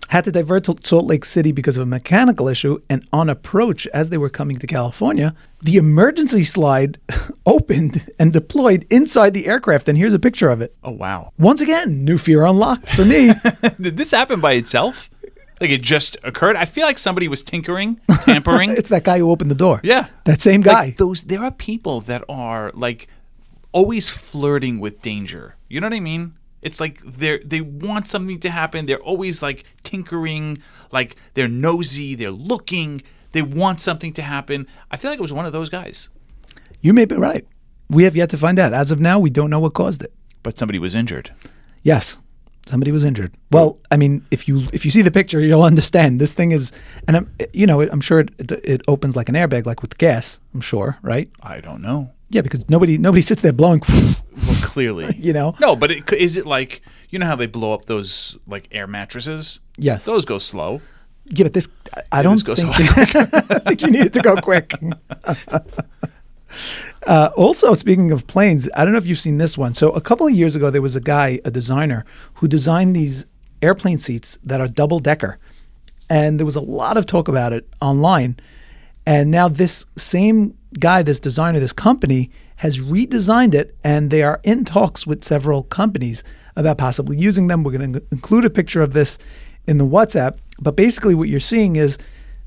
Speaker 2: had to divert to Salt Lake City because of a mechanical issue. And on approach, as they were coming to California, the emergency slide opened and deployed inside the aircraft. And here's a picture of it.
Speaker 1: oh wow!
Speaker 2: Once again, new fear unlocked for me.
Speaker 1: Did this happen by itself? Like it just occurred? I feel like somebody was tinkering, tampering.
Speaker 2: it's that guy who opened the door.
Speaker 1: Yeah.
Speaker 2: That same guy.
Speaker 1: Like those there are people that are like always flirting with danger. You know what I mean? It's like they are they want something to happen. They're always like tinkering, like they're nosy, they're looking, they want something to happen. I feel like it was one of those guys.
Speaker 2: you may be right. We have yet to find out. As of now, we don't know what caused it.
Speaker 1: But somebody was injured.
Speaker 2: Yes. Somebody was injured. Well, I mean, if you if you see the picture, you'll understand. This thing is, and I'm, you know, I'm sure it, it, it opens like an airbag, like with gas. I'm sure, right?
Speaker 1: I don't know.
Speaker 2: Yeah, because nobody nobody sits there blowing.
Speaker 1: Well, clearly.
Speaker 2: You know?
Speaker 1: No, but it, c- is it like you know how they blow up those like air mattresses?
Speaker 2: Yes.
Speaker 1: Those go slow.
Speaker 2: yeah, but this I- I
Speaker 1: this
Speaker 2: don't
Speaker 1: goes
Speaker 2: think, I think you need it to go quick. uh, also, speaking of planes, I don't know if you've seen this one. So a couple of years ago, there was a guy, a designer, who designed these airplane seats that are double decker, and there was a lot of talk about it online. And now this same guy, this designer, this company has redesigned it, and they are in talks with several companies about possibly using them. We're going to include a picture of this in the WhatsApp. But basically, what you're seeing is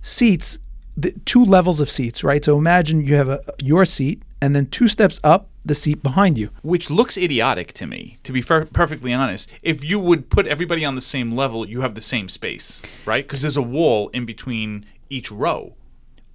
Speaker 2: seats, the two levels of seats, right? So imagine you have a, your seat, and then two steps up, the seat behind you.
Speaker 1: which looks idiotic to me to be fer- perfectly honest if you would put everybody on the same level you have the same space right because there's a wall in between each row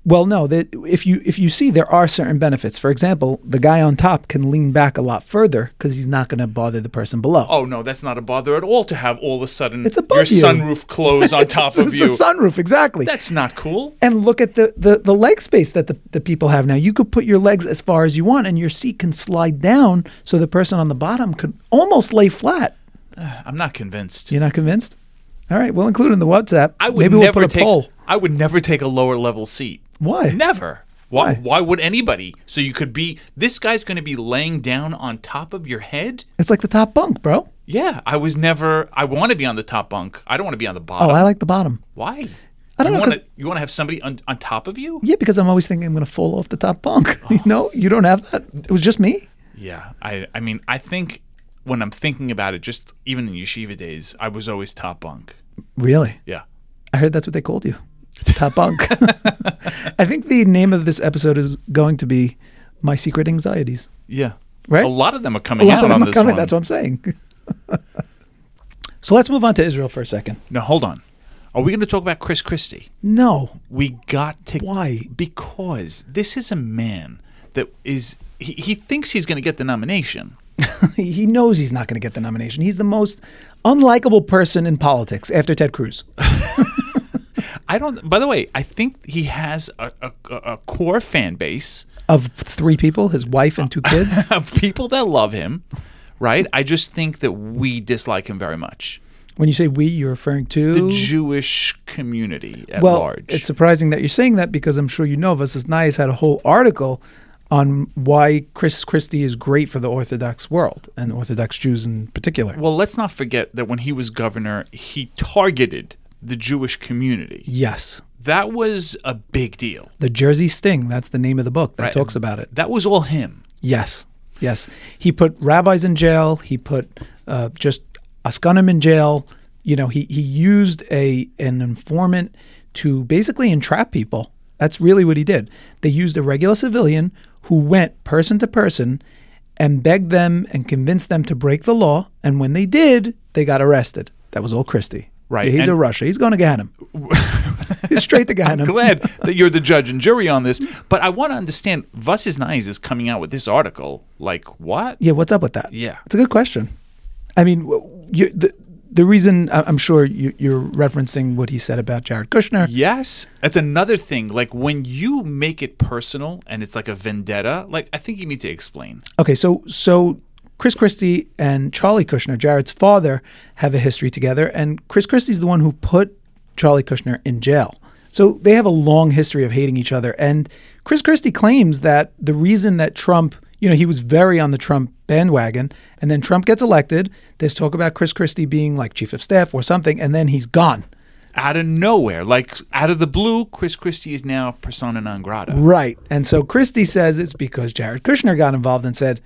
Speaker 2: Well, no. That if you if you see, there are certain benefits. For example, the guy on top can lean back a lot further because he's not going to bother the person below.
Speaker 1: oh no that's not a bother at all to have all of a sudden
Speaker 2: It's above
Speaker 1: your
Speaker 2: you.
Speaker 1: sunroof close on
Speaker 2: It's-
Speaker 1: top
Speaker 2: it's,
Speaker 1: of
Speaker 2: it's
Speaker 1: you
Speaker 2: a sunroof, exactly.
Speaker 1: that's not cool
Speaker 2: and look at the, the, the leg space that the, the people have now. You could put your legs as far as you want, and your seat can slide down so the person on the bottom could almost lay flat.
Speaker 1: i'm not convinced
Speaker 2: You're not convinced? All right, we'll include it in the WhatsApp.
Speaker 1: i would
Speaker 2: Maybe
Speaker 1: never
Speaker 2: we'll put a
Speaker 1: take
Speaker 2: poll.
Speaker 1: i would never take a lower level seat
Speaker 2: Why?
Speaker 1: never why,
Speaker 2: Why?
Speaker 1: why would anybody? So you could be this guy's going to be laying down on top of your head?
Speaker 2: It's like the top bunk, bro.
Speaker 1: Yeah, I was never I want to be on the top bunk. I don't want to be on the
Speaker 2: Oh,
Speaker 1: bottom.
Speaker 2: I like the bottom.
Speaker 1: Why?
Speaker 2: I
Speaker 1: you
Speaker 2: don't know,
Speaker 1: Wanna,
Speaker 2: 'cause-
Speaker 1: you want to have somebody on, on top of you?
Speaker 2: Yeah, because I'm always thinking I'm going to fall off the top bunk. you know, you don't have that. It was just me.
Speaker 1: Yeah. I, I mean, I think when I'm thinking about it, just even in yeshiva days, I was always top bunk.
Speaker 2: Really?
Speaker 1: Yeah.
Speaker 2: I heard that's what they called you. Top bunk. I think the name of this episode is going to be My Secret Anxieties.
Speaker 1: Yeah.
Speaker 2: Right?
Speaker 1: A lot of them are
Speaker 2: A
Speaker 1: coming
Speaker 2: lot
Speaker 1: out
Speaker 2: of them
Speaker 1: on
Speaker 2: are
Speaker 1: this
Speaker 2: coming.
Speaker 1: one.
Speaker 2: That's what I'm saying. so let's move on to Israel for a second.
Speaker 1: Now, hold on. Are we going to talk about Chris Christie?
Speaker 2: No.
Speaker 1: We got to.
Speaker 2: Why?
Speaker 1: Because this is a man that is. He, he thinks he's going to get the nomination.
Speaker 2: He knows he's not going to get the nomination. He's the most unlikable person in politics after Ted Cruz.
Speaker 1: I don't. By the way, I think he has a, a, a core fan base.
Speaker 2: of three people, his wife and two kids.
Speaker 1: of people that love him, right? I just think that we dislike him very much.
Speaker 2: When you say we, you're referring to
Speaker 1: The Jewish community at
Speaker 2: well,
Speaker 1: large.
Speaker 2: it's surprising that you're saying that because I'm sure you know Vasisnayas had a whole article on why Chris Christie is great for the Orthodox world and Orthodox Jews in particular.
Speaker 1: well, let's not forget that when he was governor, he targeted the Jewish community.
Speaker 2: Yes,
Speaker 1: That was a big deal.
Speaker 2: the Jersey Sting. That's the name of the book that
Speaker 1: Right.
Speaker 2: talks about it.
Speaker 1: That was all him.
Speaker 2: Yes, yes. He put rabbis in jail. He put uh, just Askanim in jail. You know, he he used a an informant to basically entrap people. That's really what he did. They used a regular civilian who went person to person and begged them and convinced them to break the law. And when they did, they got arrested. That was all Christie.
Speaker 1: Right,
Speaker 2: he's a
Speaker 1: and-
Speaker 2: Russia. He's going to Gahanim. he's straight to Gahanim.
Speaker 1: I'm glad that you're the judge and jury on this, but I want to understand Vus's Nice is coming out with this article. Like, what?
Speaker 2: Yeah, what's up with that?
Speaker 1: Yeah.
Speaker 2: it's a good question. I mean, w- you, the the reason I- I'm sure you, you're referencing what he said about Jared Kushner.
Speaker 1: Yes, that's another thing. Like when you make it personal and it's like a vendetta, like I think you need to explain.
Speaker 2: Okay, so so Chris Christie and Charlie Kushner, Jared's father, have a history together, and Chris Christie's the one who put Charlie Kushner in jail. So they have a long history of hating each other. And Chris Christie claims that the reason that Trump, you know, he was very on the Trump bandwagon, and then Trump gets elected. There's talk about Chris Christie being like chief of staff or something, and then he's gone.
Speaker 1: Out of nowhere, like out of the blue, Chris Christie is now persona non grata.
Speaker 2: Right. And so Christie says it's because Jared Kushner got involved and said,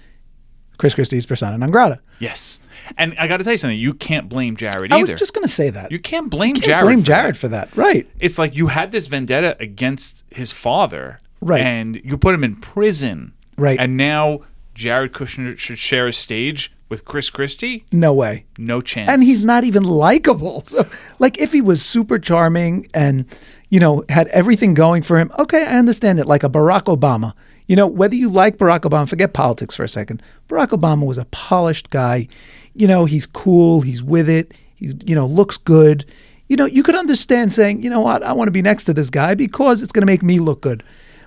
Speaker 2: Chris Christie's persona non grata.
Speaker 1: Yes, and I got to tell you something. You can't blame Jared
Speaker 2: I
Speaker 1: either.
Speaker 2: was just going to say that.
Speaker 1: you can't blame
Speaker 2: can't
Speaker 1: Jared.
Speaker 2: blame
Speaker 1: for that.
Speaker 2: Jared for that. Right.
Speaker 1: It's like you had this vendetta against his father,
Speaker 2: Right.
Speaker 1: And you put him in prison,
Speaker 2: Right.
Speaker 1: And now Jared Kushner should share a stage with Chris Christie.
Speaker 2: No way.
Speaker 1: No chance.
Speaker 2: And he's not even likable. So, like, if he was super charming and, you know, had everything going for him, okay, I understand it. Like a Barack Obama. You know, whether you like Barack Obama, forget politics for a second. Barack Obama was a polished guy. You know, he's cool. He's with it. He's, you know, looks good. You know, you could understand saying, you know what, I want to be next to this guy because it's going to make me look good.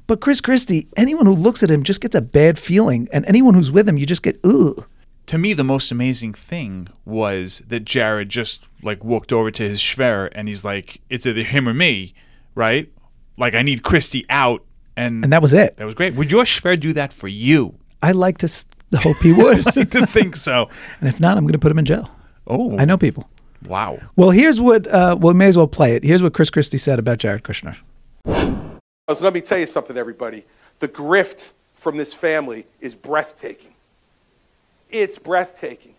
Speaker 2: But Chris Christie, anyone who looks at him just gets a bad feeling. And anyone who's with him, you just get, ugh.
Speaker 1: to me the most amazing thing was that Jared just like walked over to his schwer and he's like, it's either him or me, right? Like I need Christie out, and,
Speaker 2: And that was it.
Speaker 1: that was great. Would your schwer do that for you?
Speaker 2: I like to s- hope he would.
Speaker 1: I like to think so.
Speaker 2: And if not, I'm going to put him in jail.
Speaker 1: Oh,
Speaker 2: I know people.
Speaker 1: Wow.
Speaker 2: Well, here's what, uh, well, we may as well play it. Here's what Chris Christie said about Jared Kushner.
Speaker 12: Because let me tell you something, everybody. The grift from this family is breathtaking. It's breathtaking.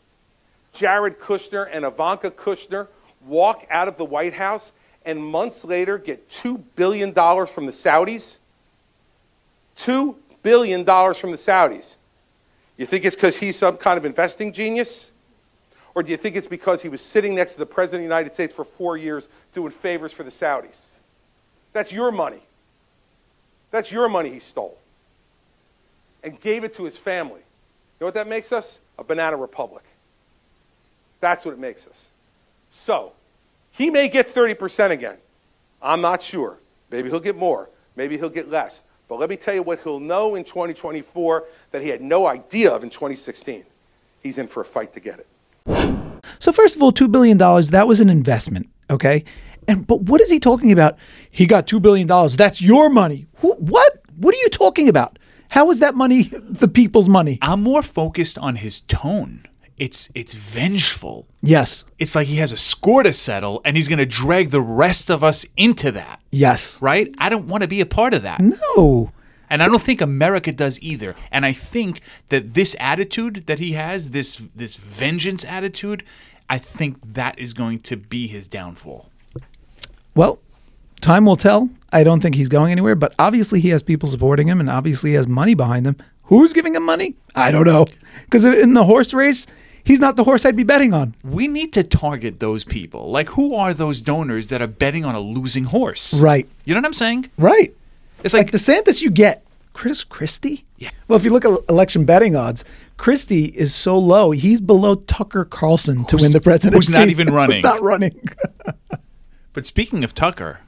Speaker 12: Jared Kushner and Ivanka Kushner walk out of the White House and months later get $2 billion from the Saudis. $2 billion from the Saudis. You think it's because he's some kind of investing genius? Or do you think it's because he was sitting next to the President of the United States for four years doing favors for the Saudis? That's your money. That's your money he stole and gave it to his family. You know what that makes us? A banana republic. That's what it makes us. So, he may get 30% again. I'm not sure. Maybe he'll get more. Maybe he'll get less. But let me tell you what he'll know in 2024 that he had no idea of in 2016. He's in for a fight to get it.
Speaker 2: So, first of all, $2 billion, that was an investment, okay? And, but what is he talking about? He got $2 billion. That's your money. Who, what? What are you talking about? How is that money the people's money?
Speaker 1: I'm more focused on his tone. It's it's vengeful.
Speaker 2: Yes.
Speaker 1: It's like he has a score to settle and he's going to drag the rest of us into that,
Speaker 2: Yes.
Speaker 1: right? I don't want to be a part of that.
Speaker 2: No.
Speaker 1: And I don't think America does either. And I think that this attitude that he has, this this vengeance attitude, I think that is going to be his downfall.
Speaker 2: Well, time will tell. I don't think he's going anywhere, but obviously he has people supporting him and obviously he has money behind him. Who's giving him money? I don't know. Because in the horse race, he's not the horse I'd be betting on.
Speaker 1: We need to target those people. Like who are those donors that are betting on a losing horse?
Speaker 2: Right.
Speaker 1: You know what I'm saying?
Speaker 2: Right.
Speaker 1: It's
Speaker 2: Like
Speaker 1: like,
Speaker 2: DeSantis, you get Chris Christie.
Speaker 1: Yeah.
Speaker 2: Well, if you look at election betting odds, Christie is so low. He's below Tucker Carlson to win the presidency.
Speaker 1: who's not even running.
Speaker 2: who's not running.
Speaker 1: but speaking of Tucker,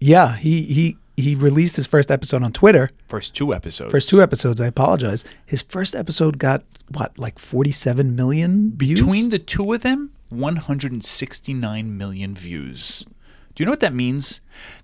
Speaker 2: yeah, he he he released his first episode on Twitter.
Speaker 1: First two episodes.
Speaker 2: First two episodes. I apologize. His first episode got what, like forty-seven million views
Speaker 1: Between the two of them, 169 million views. Do you know what that means?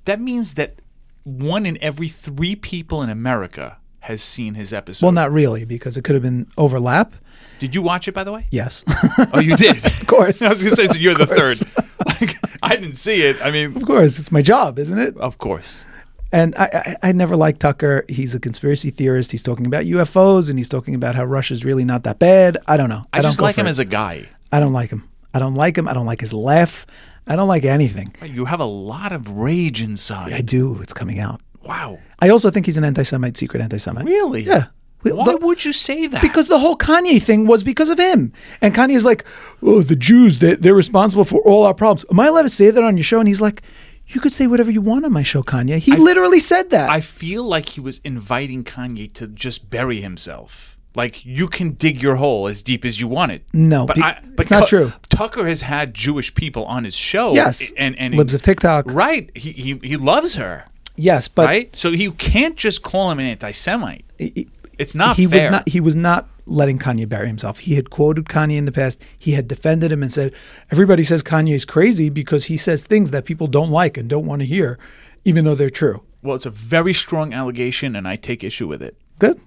Speaker 1: That means that one in every three people in America has seen his episode.
Speaker 2: Well, not really, because it could have been overlap.
Speaker 1: Did you watch it, by the way?
Speaker 2: Yes.
Speaker 1: Oh, you did?
Speaker 2: of course.
Speaker 1: I was going to say, so you're the
Speaker 2: Of course.
Speaker 1: third. Like, I didn't see it. I mean,
Speaker 2: Of course, it's my job, isn't it?
Speaker 1: of course.
Speaker 2: And I, I, I never liked Tucker. He's a conspiracy theorist. He's talking about UFOs and he's talking about how Russia's really not that bad. I don't know.
Speaker 1: I,
Speaker 2: don't
Speaker 1: just
Speaker 2: go
Speaker 1: like
Speaker 2: for
Speaker 1: him
Speaker 2: it.
Speaker 1: as a guy.
Speaker 2: I don't like him. I don't like him. I don't like his laugh. I don't like anything.
Speaker 1: You have a lot of rage inside.
Speaker 2: I do. It's coming out.
Speaker 1: Wow.
Speaker 2: I also think he's an anti-Semite, secret anti-Semite.
Speaker 1: Really?
Speaker 2: Yeah. We-
Speaker 1: Why
Speaker 2: the-
Speaker 1: would you say that?
Speaker 2: because the whole Kanye thing was because of him. And Kanye is like, oh, the Jews, they, they're responsible for all our problems. Am I allowed to say that on your show? And he's like, you could say whatever you want on my show, Kanye. He literally said that.
Speaker 1: I feel like he was inviting Kanye to just bury himself. Like you can dig your hole as deep as you want it.
Speaker 2: No,
Speaker 1: but,
Speaker 2: be-
Speaker 1: I, but
Speaker 2: it's not
Speaker 1: Cu-
Speaker 2: true.
Speaker 1: Tucker has had Jewish people on his show.
Speaker 2: Yes.
Speaker 1: and and
Speaker 2: Libs of TikTok.
Speaker 1: Right, he he, he loves her.
Speaker 2: yes, but
Speaker 1: right, so you can't just call him an anti-Semite.
Speaker 2: he-
Speaker 1: It's not
Speaker 2: he
Speaker 1: fair.
Speaker 2: was not he was not letting Kanye bury himself. He had quoted Kanye in the past. He had defended him and said everybody says Kanye's crazy because he says things that people don't like and don't want to hear, even though they're true.
Speaker 1: well, it's a very strong allegation, and I take issue with it.
Speaker 2: Good.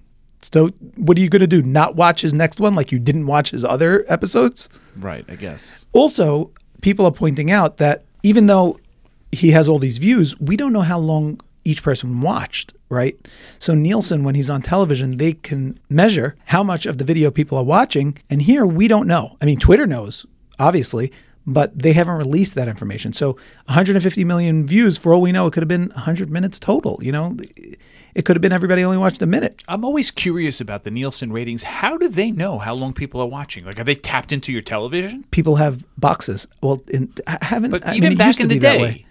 Speaker 2: So what are you going to do? Not watch his next one like you didn't watch his other episodes?
Speaker 1: Right, I guess.
Speaker 2: Also, people are pointing out that even though he has all these views, we don't know how long each person watched, right? So Nielsen, when he's on television, they can measure how much of the video people are watching. And here we don't know. I mean, Twitter knows, obviously, but they haven't released that information. So 150 million views, for all we know, it could have been 100 minutes total. You know, it could have been everybody only watched a minute.
Speaker 1: I'm always curious about the Nielsen ratings. How do they know how long people are watching? Like, are they tapped into your television?
Speaker 2: People have boxes. Well, in, I haven't.
Speaker 1: But
Speaker 2: I mean,
Speaker 1: even
Speaker 2: it used
Speaker 1: back
Speaker 2: to
Speaker 1: in the
Speaker 2: be that way.
Speaker 1: day,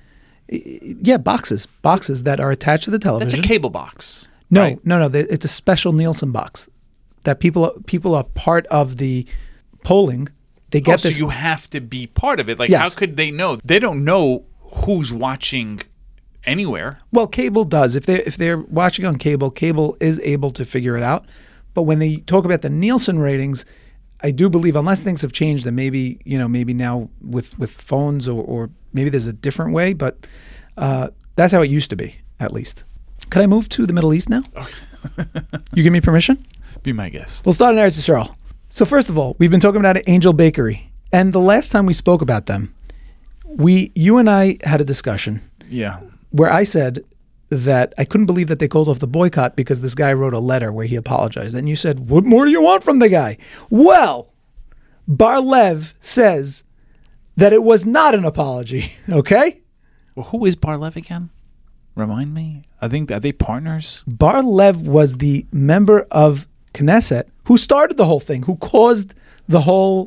Speaker 2: yeah, boxes, boxes that are attached to the
Speaker 1: that's
Speaker 2: television.
Speaker 1: a cable box.
Speaker 2: no,
Speaker 1: right?
Speaker 2: no, no. they- It's a special Nielsen box that people people are part of the polling. They
Speaker 1: Oh,
Speaker 2: get
Speaker 1: so
Speaker 2: this.
Speaker 1: you have to be part of it. Like,
Speaker 2: Yes.
Speaker 1: how could they know? They don't know who's watching anywhere.
Speaker 2: well, cable does. If they if they're watching on cable, cable is able to figure it out. But when they talk about the Nielsen ratings, I do believe unless things have changed, then maybe you know maybe now with with phones or, or maybe there's a different way. But uh, that's how it used to be, at least. Could I move to the Middle East now? you give me permission?
Speaker 1: Be my guest.
Speaker 2: We'll start in Eretz Yisrael. So first of all, we've been talking about Angel Bakery, and the last time we spoke about them, we, you and I had a discussion
Speaker 1: Yeah.
Speaker 2: where I said that I couldn't believe that they called off the boycott because this guy wrote a letter where he apologized, and you said, "What more do you want from the guy?" Well, Barlev says that it was not an apology. Okay,
Speaker 1: Well, who is Barlev again? Remind me. I think are they partners?
Speaker 2: Barlev was the member of Knesset who started the whole thing, who caused the whole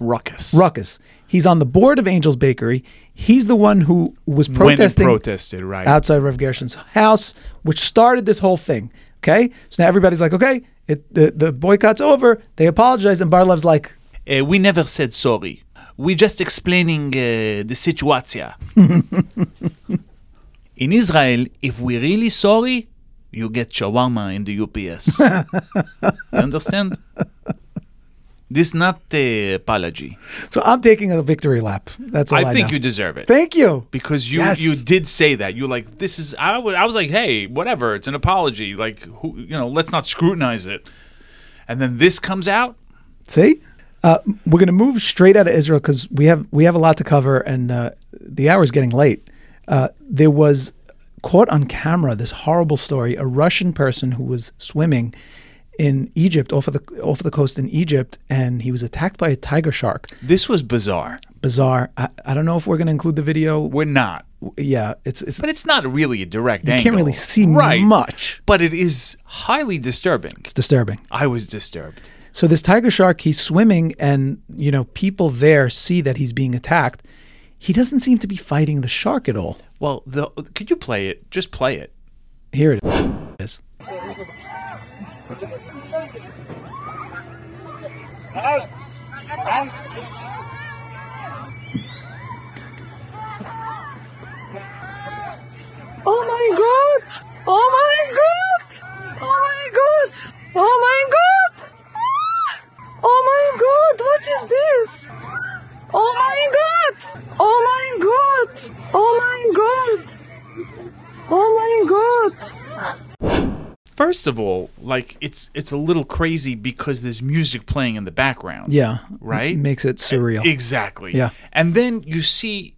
Speaker 1: Ruckus.
Speaker 2: Ruckus. He's on the board of Angel's Bakery. He's the one who was
Speaker 1: Went and
Speaker 2: protesting
Speaker 1: protested, right?
Speaker 2: outside Rev Gershon's house, which started this whole thing. Okay, so now everybody's like, okay, it, the the boycott's over. They apologize, and Barlev's like,
Speaker 1: Uh, we never said sorry. We just explaining uh, the situation. in Israel, if we really sorry, you get shawarma in the UPS. you understand? This not the apology.
Speaker 2: so I'm taking a victory lap. That's all Oh, I,
Speaker 1: I think
Speaker 2: know.
Speaker 1: you deserve it.
Speaker 2: Thank you.
Speaker 1: because you
Speaker 2: Yes.
Speaker 1: you did say that. You like this is I wa- I was like, "Hey, whatever. It's an apology. Like who, you know, let's not scrutinize it." And then this comes out?
Speaker 2: See, uh, we're gonna move straight out of Israel because we have we have a lot to cover, and uh, the hour is getting late. Uh, there was caught on camera this horrible story: a Russian person who was swimming in Egypt, off of the off of the coast in Egypt, and he was attacked by a tiger shark.
Speaker 1: This was bizarre.
Speaker 2: Bizarre. I, I don't know if we're gonna include the video.
Speaker 1: We're not.
Speaker 2: Yeah, it's it's.
Speaker 1: But it's not really a direct
Speaker 2: you
Speaker 1: angle.
Speaker 2: can't really see
Speaker 1: right.
Speaker 2: much.
Speaker 1: But it is highly disturbing.
Speaker 2: It's disturbing.
Speaker 1: I was disturbed.
Speaker 2: So this tiger shark, he's swimming, and you know people there see that he's being attacked. He doesn't seem to be fighting the shark at all.
Speaker 1: Well, the, could you play it? Just play it.
Speaker 2: Here it is.
Speaker 11: Oh my god!
Speaker 13: Oh my god! Oh my god, what is this? Oh my god! Oh my god! Oh my god! Oh my god!
Speaker 1: First of all, like it's it's a little crazy because there's music playing in the background.
Speaker 2: Yeah.
Speaker 1: Right? E-,
Speaker 2: M- makes it surreal.
Speaker 1: Exactly.
Speaker 2: Yeah.
Speaker 1: And then you see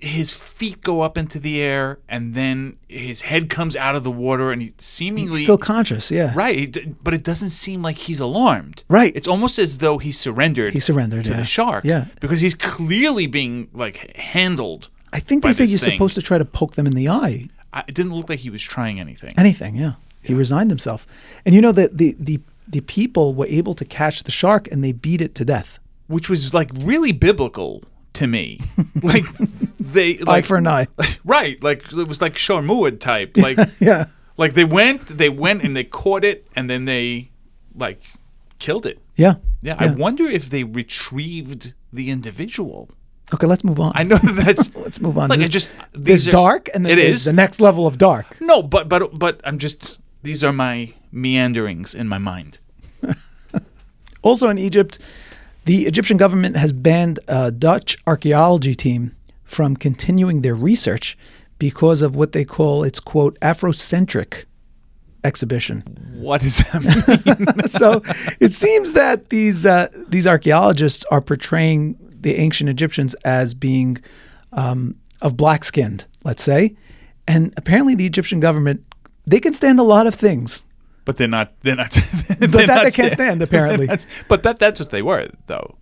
Speaker 1: his feet go up into the air, and then his head comes out of the water, and he seemingly
Speaker 2: Still conscious, yeah.
Speaker 1: right. it d- But it doesn't seem like he's alarmed.
Speaker 2: Right.
Speaker 1: It's almost as though he surrendered.
Speaker 2: He surrendered,
Speaker 1: to
Speaker 2: yeah.
Speaker 1: the shark.
Speaker 2: Yeah.
Speaker 1: Because he's clearly being like handled.
Speaker 2: I think
Speaker 1: by
Speaker 2: they say
Speaker 1: this
Speaker 2: you're
Speaker 1: thing.
Speaker 2: supposed to try to poke them in the eye.
Speaker 1: I, it didn't look like he was trying anything.
Speaker 2: Anything, yeah. He resigned himself. And you know that the, the the people were able to catch the shark and they beat it to death.
Speaker 1: which was like really biblical to me. Like they
Speaker 2: Eye
Speaker 1: like
Speaker 2: for an eye.
Speaker 1: right, like it was like Sharmuad type. Like
Speaker 2: yeah.
Speaker 1: like they went, they went and they caught it, and then they like killed it.
Speaker 2: Yeah.
Speaker 1: Yeah, I wonder if they retrieved the individual.
Speaker 2: Okay, let's move on.
Speaker 1: I know that that's
Speaker 2: let's move on.
Speaker 1: Like
Speaker 2: There's-
Speaker 1: I just
Speaker 2: there's
Speaker 1: these are-
Speaker 2: dark and then
Speaker 1: it
Speaker 2: there's
Speaker 1: is
Speaker 2: the next level of dark.
Speaker 1: no, but but but I'm just these are my meanderings in my mind.
Speaker 2: Also in Egypt, the Egyptian government has banned a Dutch archaeology team from continuing their research because of what they call its quote Afrocentric exhibition.
Speaker 1: What does that mean?
Speaker 2: so it seems that these uh, these archaeologists are portraying the ancient Egyptians as being um, of black skinned, let's say, and apparently the Egyptian government they can stand a lot of things.
Speaker 1: But they're not. They're not.
Speaker 2: that they can't stand, apparently.
Speaker 1: That's- but that that's what they were though.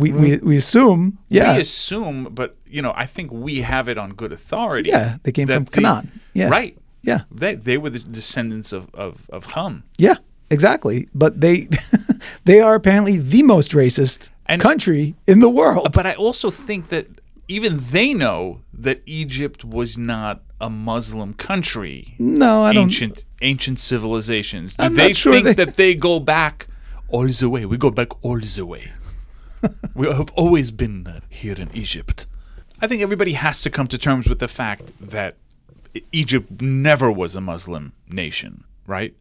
Speaker 2: We we, we assume, yeah,
Speaker 1: We assume, but you know, I think we have it on good authority.
Speaker 2: Yeah, they came
Speaker 1: that
Speaker 2: from Canaan. Yeah.
Speaker 1: Right.
Speaker 2: Yeah.
Speaker 1: They they were the descendants of of, of Ham.
Speaker 2: yeah, exactly. But they they are apparently the most racist country in the world.
Speaker 1: But I also think that even they know that Egypt was not a Muslim country.
Speaker 2: No, I don't-
Speaker 1: ancient, don't. Ancient civilizations. Do
Speaker 2: I'm
Speaker 1: they
Speaker 2: not sure
Speaker 1: think
Speaker 2: they-
Speaker 1: that they go back all the way? We go back all the way. we have always been uh, here in Egypt. I think everybody has to come to terms with the fact that E- Egypt never was a Muslim nation, right?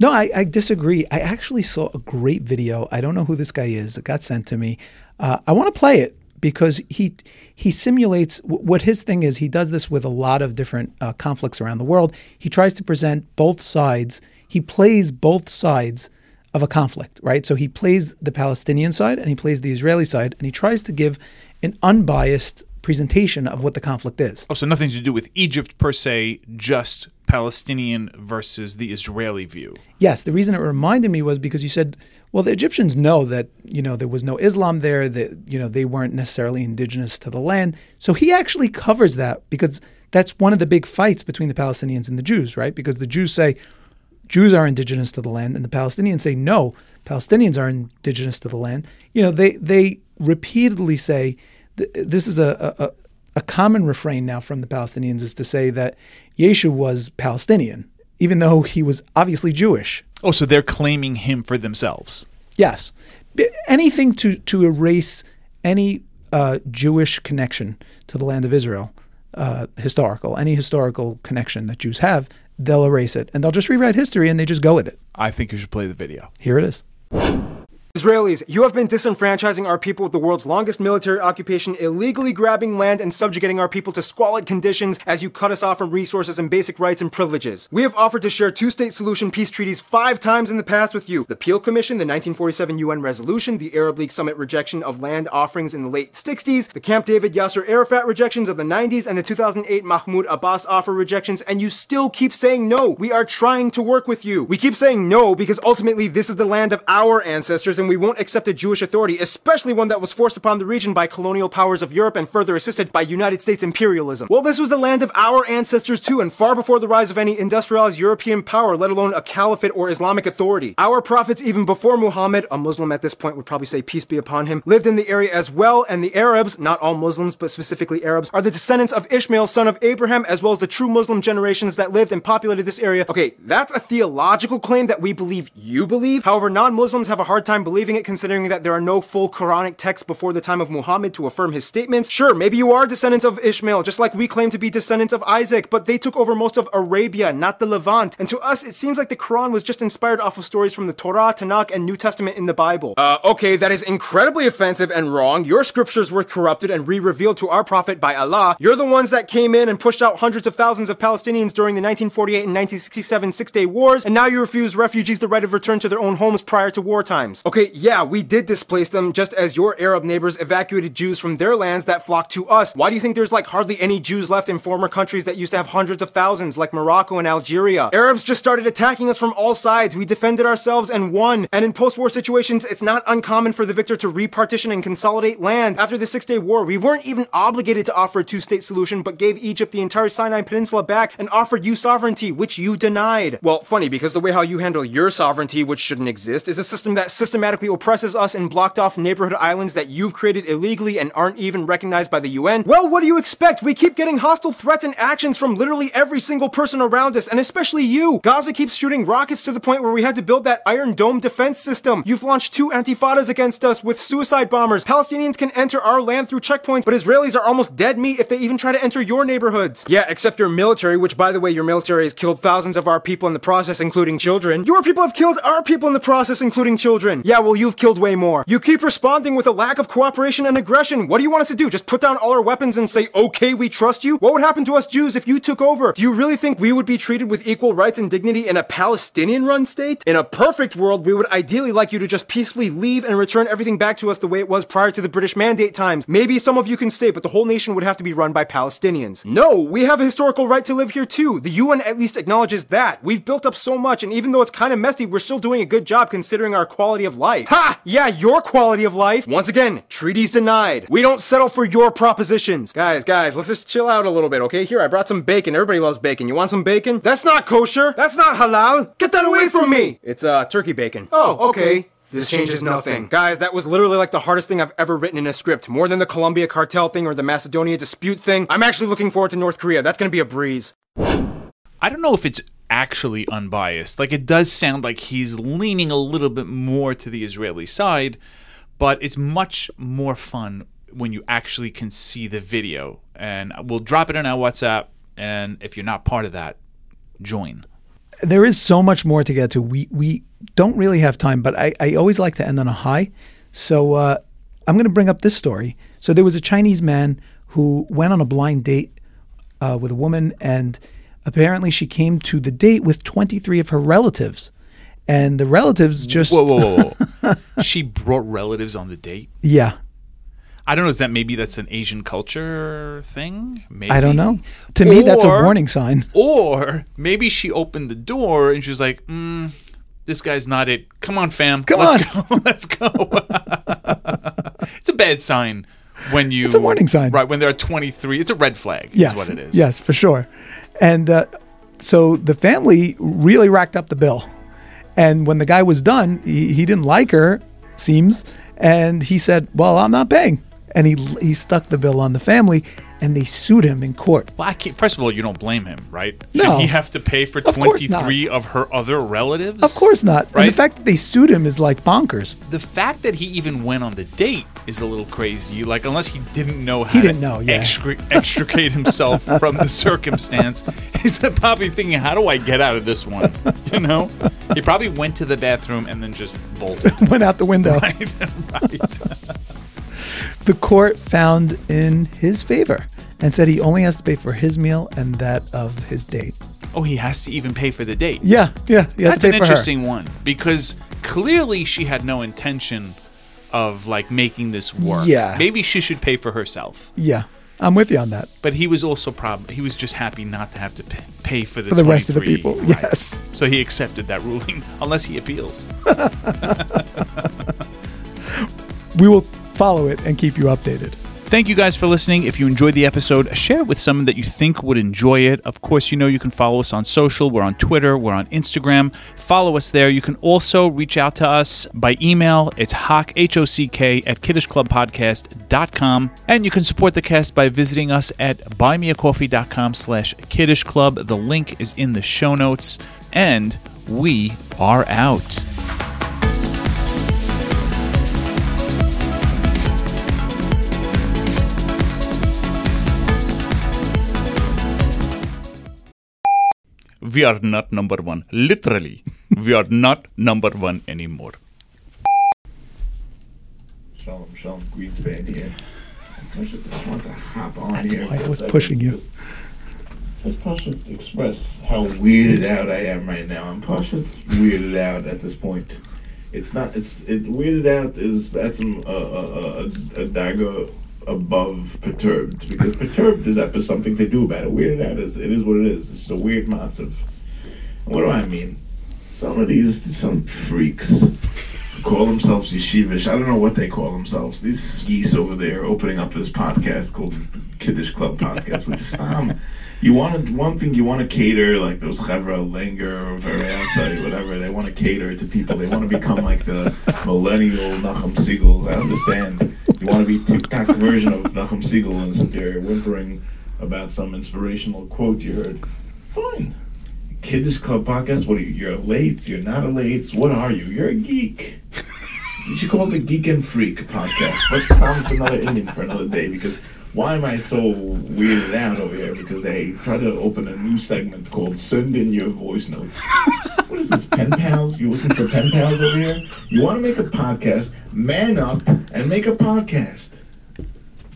Speaker 2: No, I, I disagree. I actually saw a great video. I don't know who this guy is. It got sent to me. Uh, I want to play it because he he simulates wh- what his thing is. He does this with a lot of different uh, conflicts around the world. He tries to present both sides. He plays both sides of a conflict, right? So he plays the Palestinian side and he plays the Israeli side, and he tries to give an unbiased presentation of what the conflict is.
Speaker 1: Oh, so nothing to do with Egypt per se, just Palestinian versus the Israeli view.
Speaker 2: Yes, the reason it reminded me was because you said, well, the Egyptians know that you know there was no Islam there, that you know they weren't necessarily indigenous to the land. So he actually covers that because that's one of the big fights between the Palestinians and the Jews, right? Because the Jews say Jews are indigenous to the land, and the Palestinians say no, Palestinians are indigenous to the land. You know, they they repeatedly say th- this is a, a a- a common refrain now from the Palestinians is to say that Yeshua was Palestinian, even though he was obviously Jewish.
Speaker 1: Oh, so they're claiming him for themselves.
Speaker 2: Yes, B- anything to to erase any uh, Jewish connection to the land of Israel, uh, historical, any historical connection that Jews have, they'll erase it and they'll just rewrite history and they just go with it.
Speaker 1: I think you should play the video.
Speaker 2: Here it is.
Speaker 14: Israelis, you have been disenfranchising our people with the world's longest military occupation, illegally grabbing land and subjugating our people to squalid conditions as you cut us off from resources and basic rights and privileges. We have offered to share two state solution peace treaties five times in the past with you the Peel Commission, the 1947 UN resolution, the Arab League summit rejection of land offerings in the late 60s, the Camp David Yasser Arafat rejections of the 90s, and the 2008 Mahmoud Abbas offer rejections, and you still keep saying no. We are trying to work with you. We keep saying no because ultimately this is the land of our ancestors and we won't accept a Jewish authority, especially one that was forced upon the region by colonial powers of Europe and further assisted by United States imperialism. Well, this was the land of our ancestors too, and far before the rise of any industrialized European power, let alone a caliphate or Islamic authority. Our prophets, even before Muhammad, a Muslim at this point would probably say peace be upon him, lived in the area as well, and the Arabs, not all Muslims, but specifically Arabs, are the descendants of Ishmael, son of Abraham, as well as the true Muslim generations that lived and populated this area. Okay, that's a theological claim that we believe you believe. However, non Muslims have a hard time believing believing it considering that there are no full Quranic texts before the time of Muhammad to affirm his statements. Sure, maybe you are descendants of Ishmael, just like we claim to be descendants of Isaac, but they took over most of Arabia, not the Levant. And to us, it seems like the Quran was just inspired off of stories from the Torah, Tanakh, and New Testament in the Bible. Uh, okay, that is incredibly offensive and wrong. Your scriptures were corrupted and re revealed to our prophet by Allah. You're the ones that came in and pushed out hundreds of thousands of Palestinians during the 1948 and 1967 Six Day Wars, and now you refuse refugees the right of return to their own homes prior to war times. Okay, yeah, we did displace them just as your Arab neighbors evacuated Jews from their lands that flocked to us. Why do you think there's like hardly any Jews left in former countries that used to have hundreds of thousands, like Morocco and Algeria? Arabs just started attacking us from all sides. We defended ourselves and won. And in post war situations, it's not uncommon for the victor to repartition and consolidate land. After the Six Day War, we weren't even obligated to offer a two state solution, but gave Egypt the entire Sinai Peninsula back and offered you sovereignty, which you denied. Well, funny, because the way how you handle your sovereignty, which shouldn't exist, is a system that systematically oppresses us and blocked off neighborhood islands that you've created illegally and aren't even recognized by the UN. Well, what do you expect? We keep getting hostile threats and actions from literally every single person around us, and especially you. Gaza keeps shooting rockets to the point where we had to build that Iron Dome defense system. You've launched two antifadas against us with suicide bombers. Palestinians can enter our land through checkpoints, but Israelis are almost dead meat if they even try to enter your neighborhoods. Yeah, except your military, which by the way, your military has killed thousands of our people in the process, including children. Your people have killed our people in the process, including children. Yeah, well, you've killed way more. You keep responding with a lack of cooperation and aggression. What do you want us to do? Just put down all our weapons and say, okay, we trust you? What would happen to us Jews if you took over? Do you really think we would be treated with equal rights and dignity in a Palestinian run state? In a perfect world, we would ideally like you to just peacefully leave and return everything back to us the way it was prior to the British Mandate times. Maybe some of you can stay, but the whole nation would have to be run by Palestinians. No, we have a historical right to live here too. The UN at least acknowledges that. We've built up so much, and even though it's kind of messy, we're still doing a good job considering our quality of life. Ha! Yeah, your quality of life. Once again, treaties denied. We don't settle for your propositions. Guys, guys, let's just chill out a little bit, okay? Here, I brought some bacon. Everybody loves bacon. You want some bacon? That's not kosher. That's not halal. Get that away from me. It's uh turkey bacon. Oh, okay. This changes nothing. Guys, that was literally like the hardest thing I've ever written in a script. More than the Columbia cartel thing or the Macedonia dispute thing. I'm actually looking forward to North Korea. That's gonna be a breeze.
Speaker 1: I don't know if it's actually unbiased. Like it does sound like he's leaning a little bit more to the Israeli side, but it's much more fun when you actually can see the video. And we'll drop it in our WhatsApp. And if you're not part of that, join.
Speaker 2: There is so much more to get to. We we don't really have time, but I, I always like to end on a high. So uh, I'm going to bring up this story. So there was a Chinese man who went on a blind date uh, with a woman and apparently she came to the date with 23 of her relatives and the relatives just
Speaker 1: Whoa, whoa, whoa! whoa. she brought relatives on the date.
Speaker 2: yeah
Speaker 1: I don't know. Is that maybe that's an Asian culture thing? Maybe
Speaker 2: i don't know to me that's a
Speaker 1: Or-
Speaker 2: warning sign
Speaker 1: Or maybe she opened the door and she was like, mm, "This guy's not it. Come on, fam.
Speaker 2: Come
Speaker 1: let's go. Let's go." it's a bad sign when you. It's
Speaker 2: a warning sign.
Speaker 1: right? When there are twenty three, it's a red flag.
Speaker 2: yes
Speaker 1: is what it is.
Speaker 2: yes for sure and uh, so the family really racked up the bill and when the guy was done he, he didn't like her seems and he said well i'm not paying and he he stuck the bill on the family and they sued him in court
Speaker 1: Well, I can't, first of all, you don't blame him, right?
Speaker 2: No.
Speaker 1: Should he have to pay for
Speaker 2: Of course
Speaker 1: twenty
Speaker 2: not.
Speaker 1: three of her other relatives?
Speaker 2: of course not and
Speaker 1: Right?
Speaker 2: the fact that they sued him is like bonkers
Speaker 1: the fact that he even went on the date is a little crazy. Like, unless he didn't know how
Speaker 2: didn't
Speaker 1: to
Speaker 2: know, yeah.
Speaker 1: extri- extricate himself from the circumstance, he's probably thinking, "How do I get out of this one?" You know, he probably went to the bathroom and then just bolted.
Speaker 2: went out the window
Speaker 1: Right, right.
Speaker 2: the court found in his favor and said he only has to pay for his meal and that of his date.
Speaker 1: Oh, he has to even pay for the date.
Speaker 2: Yeah, yeah, you
Speaker 1: That's
Speaker 2: have to
Speaker 1: an
Speaker 2: pay for her.
Speaker 1: interesting one because clearly she had no intention of like making this work.
Speaker 2: Yeah.
Speaker 1: maybe she should pay for herself.
Speaker 2: Yeah, I'm with you on that.
Speaker 1: But he was also prob- he was just happy not to have to pay, pay for the
Speaker 2: For the rest of the
Speaker 1: 23.
Speaker 2: people,
Speaker 1: Right.
Speaker 2: yes.
Speaker 1: So he accepted that ruling unless he appeals.
Speaker 2: We will follow it and keep you updated.
Speaker 1: Thank you guys for listening. If you enjoyed the episode, share it with someone that you think would enjoy it. Of course, you know you can follow us on social. We're on Twitter, we're on Instagram. Follow us there. You can also reach out to us by email. It's hock, H O C K, at kiddishclubpodcast.com. And you can support the cast by visiting us at buymeacoffee.com slash kiddishclub. The link is in the show notes. And we are out. we are not number one. Literally, we are not number one anymore.
Speaker 3: Shalom, Shalom Greenspan here. I just want to hop on
Speaker 2: That's
Speaker 3: here
Speaker 2: why
Speaker 3: for
Speaker 2: I
Speaker 3: a
Speaker 2: was
Speaker 3: second.
Speaker 2: pushing you.
Speaker 3: Just partial to express how weirded out I am right now. I'm partial weirded out at this point. It's not. It's it weirded out is that's um, a, a, uh, a, a dagger above perturbed because perturbed is up for something to do about it. Weirded out is it is what it is. It's a weird monster. What do I mean? Some of these some freaks call themselves yeshivish. I don't know what they call themselves. These geese over there opening up this podcast called Kiddish Club Podcast, which is um, you want to, one thing you want to cater like those Chevra Langer or Veransa, whatever. They want to cater to people. They want to become like the millennial Nachum Siegels. I understand. You want to be TikTok version of Nachum Siegel and sit there whimpering about some inspirational quote you heard. Fine. Kiddish Club podcast. What are you? You're a late. You're not a late. What are you? You're a geek. You should call it the Geek and Freak podcast. But sounds another Indian for another day because why am I so weirded out over here? Because they try to open a new segment called Send in Your Voice Notes. What is this, pen pals? You looking for pen pals over here? You want to make a podcast? Man up and make a podcast.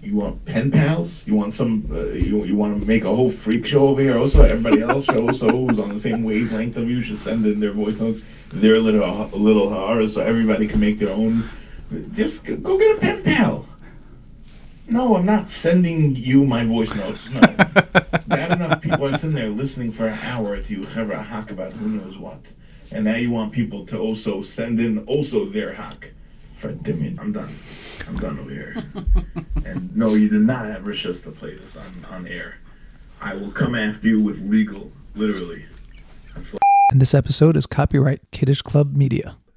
Speaker 3: You want pen pals? You want some? Uh, you you want to make a whole freak show over here? Also, everybody else show so who's on the same wavelength of you should send in their voice notes, their little little horror, so everybody can make their own. Just go- go get a pen pal. No, I'm not sending you my voice notes. No, bad enough people are sitting there listening for an hour to you have a hack about who knows what, and now you want people to also send in also their hack. For Dimmin, I'm done. I'm done over here. And no, you did not have Rishus to play this on, on air. I will come after you with legal, literally.
Speaker 2: And this episode is copyright Kiddish Club Media.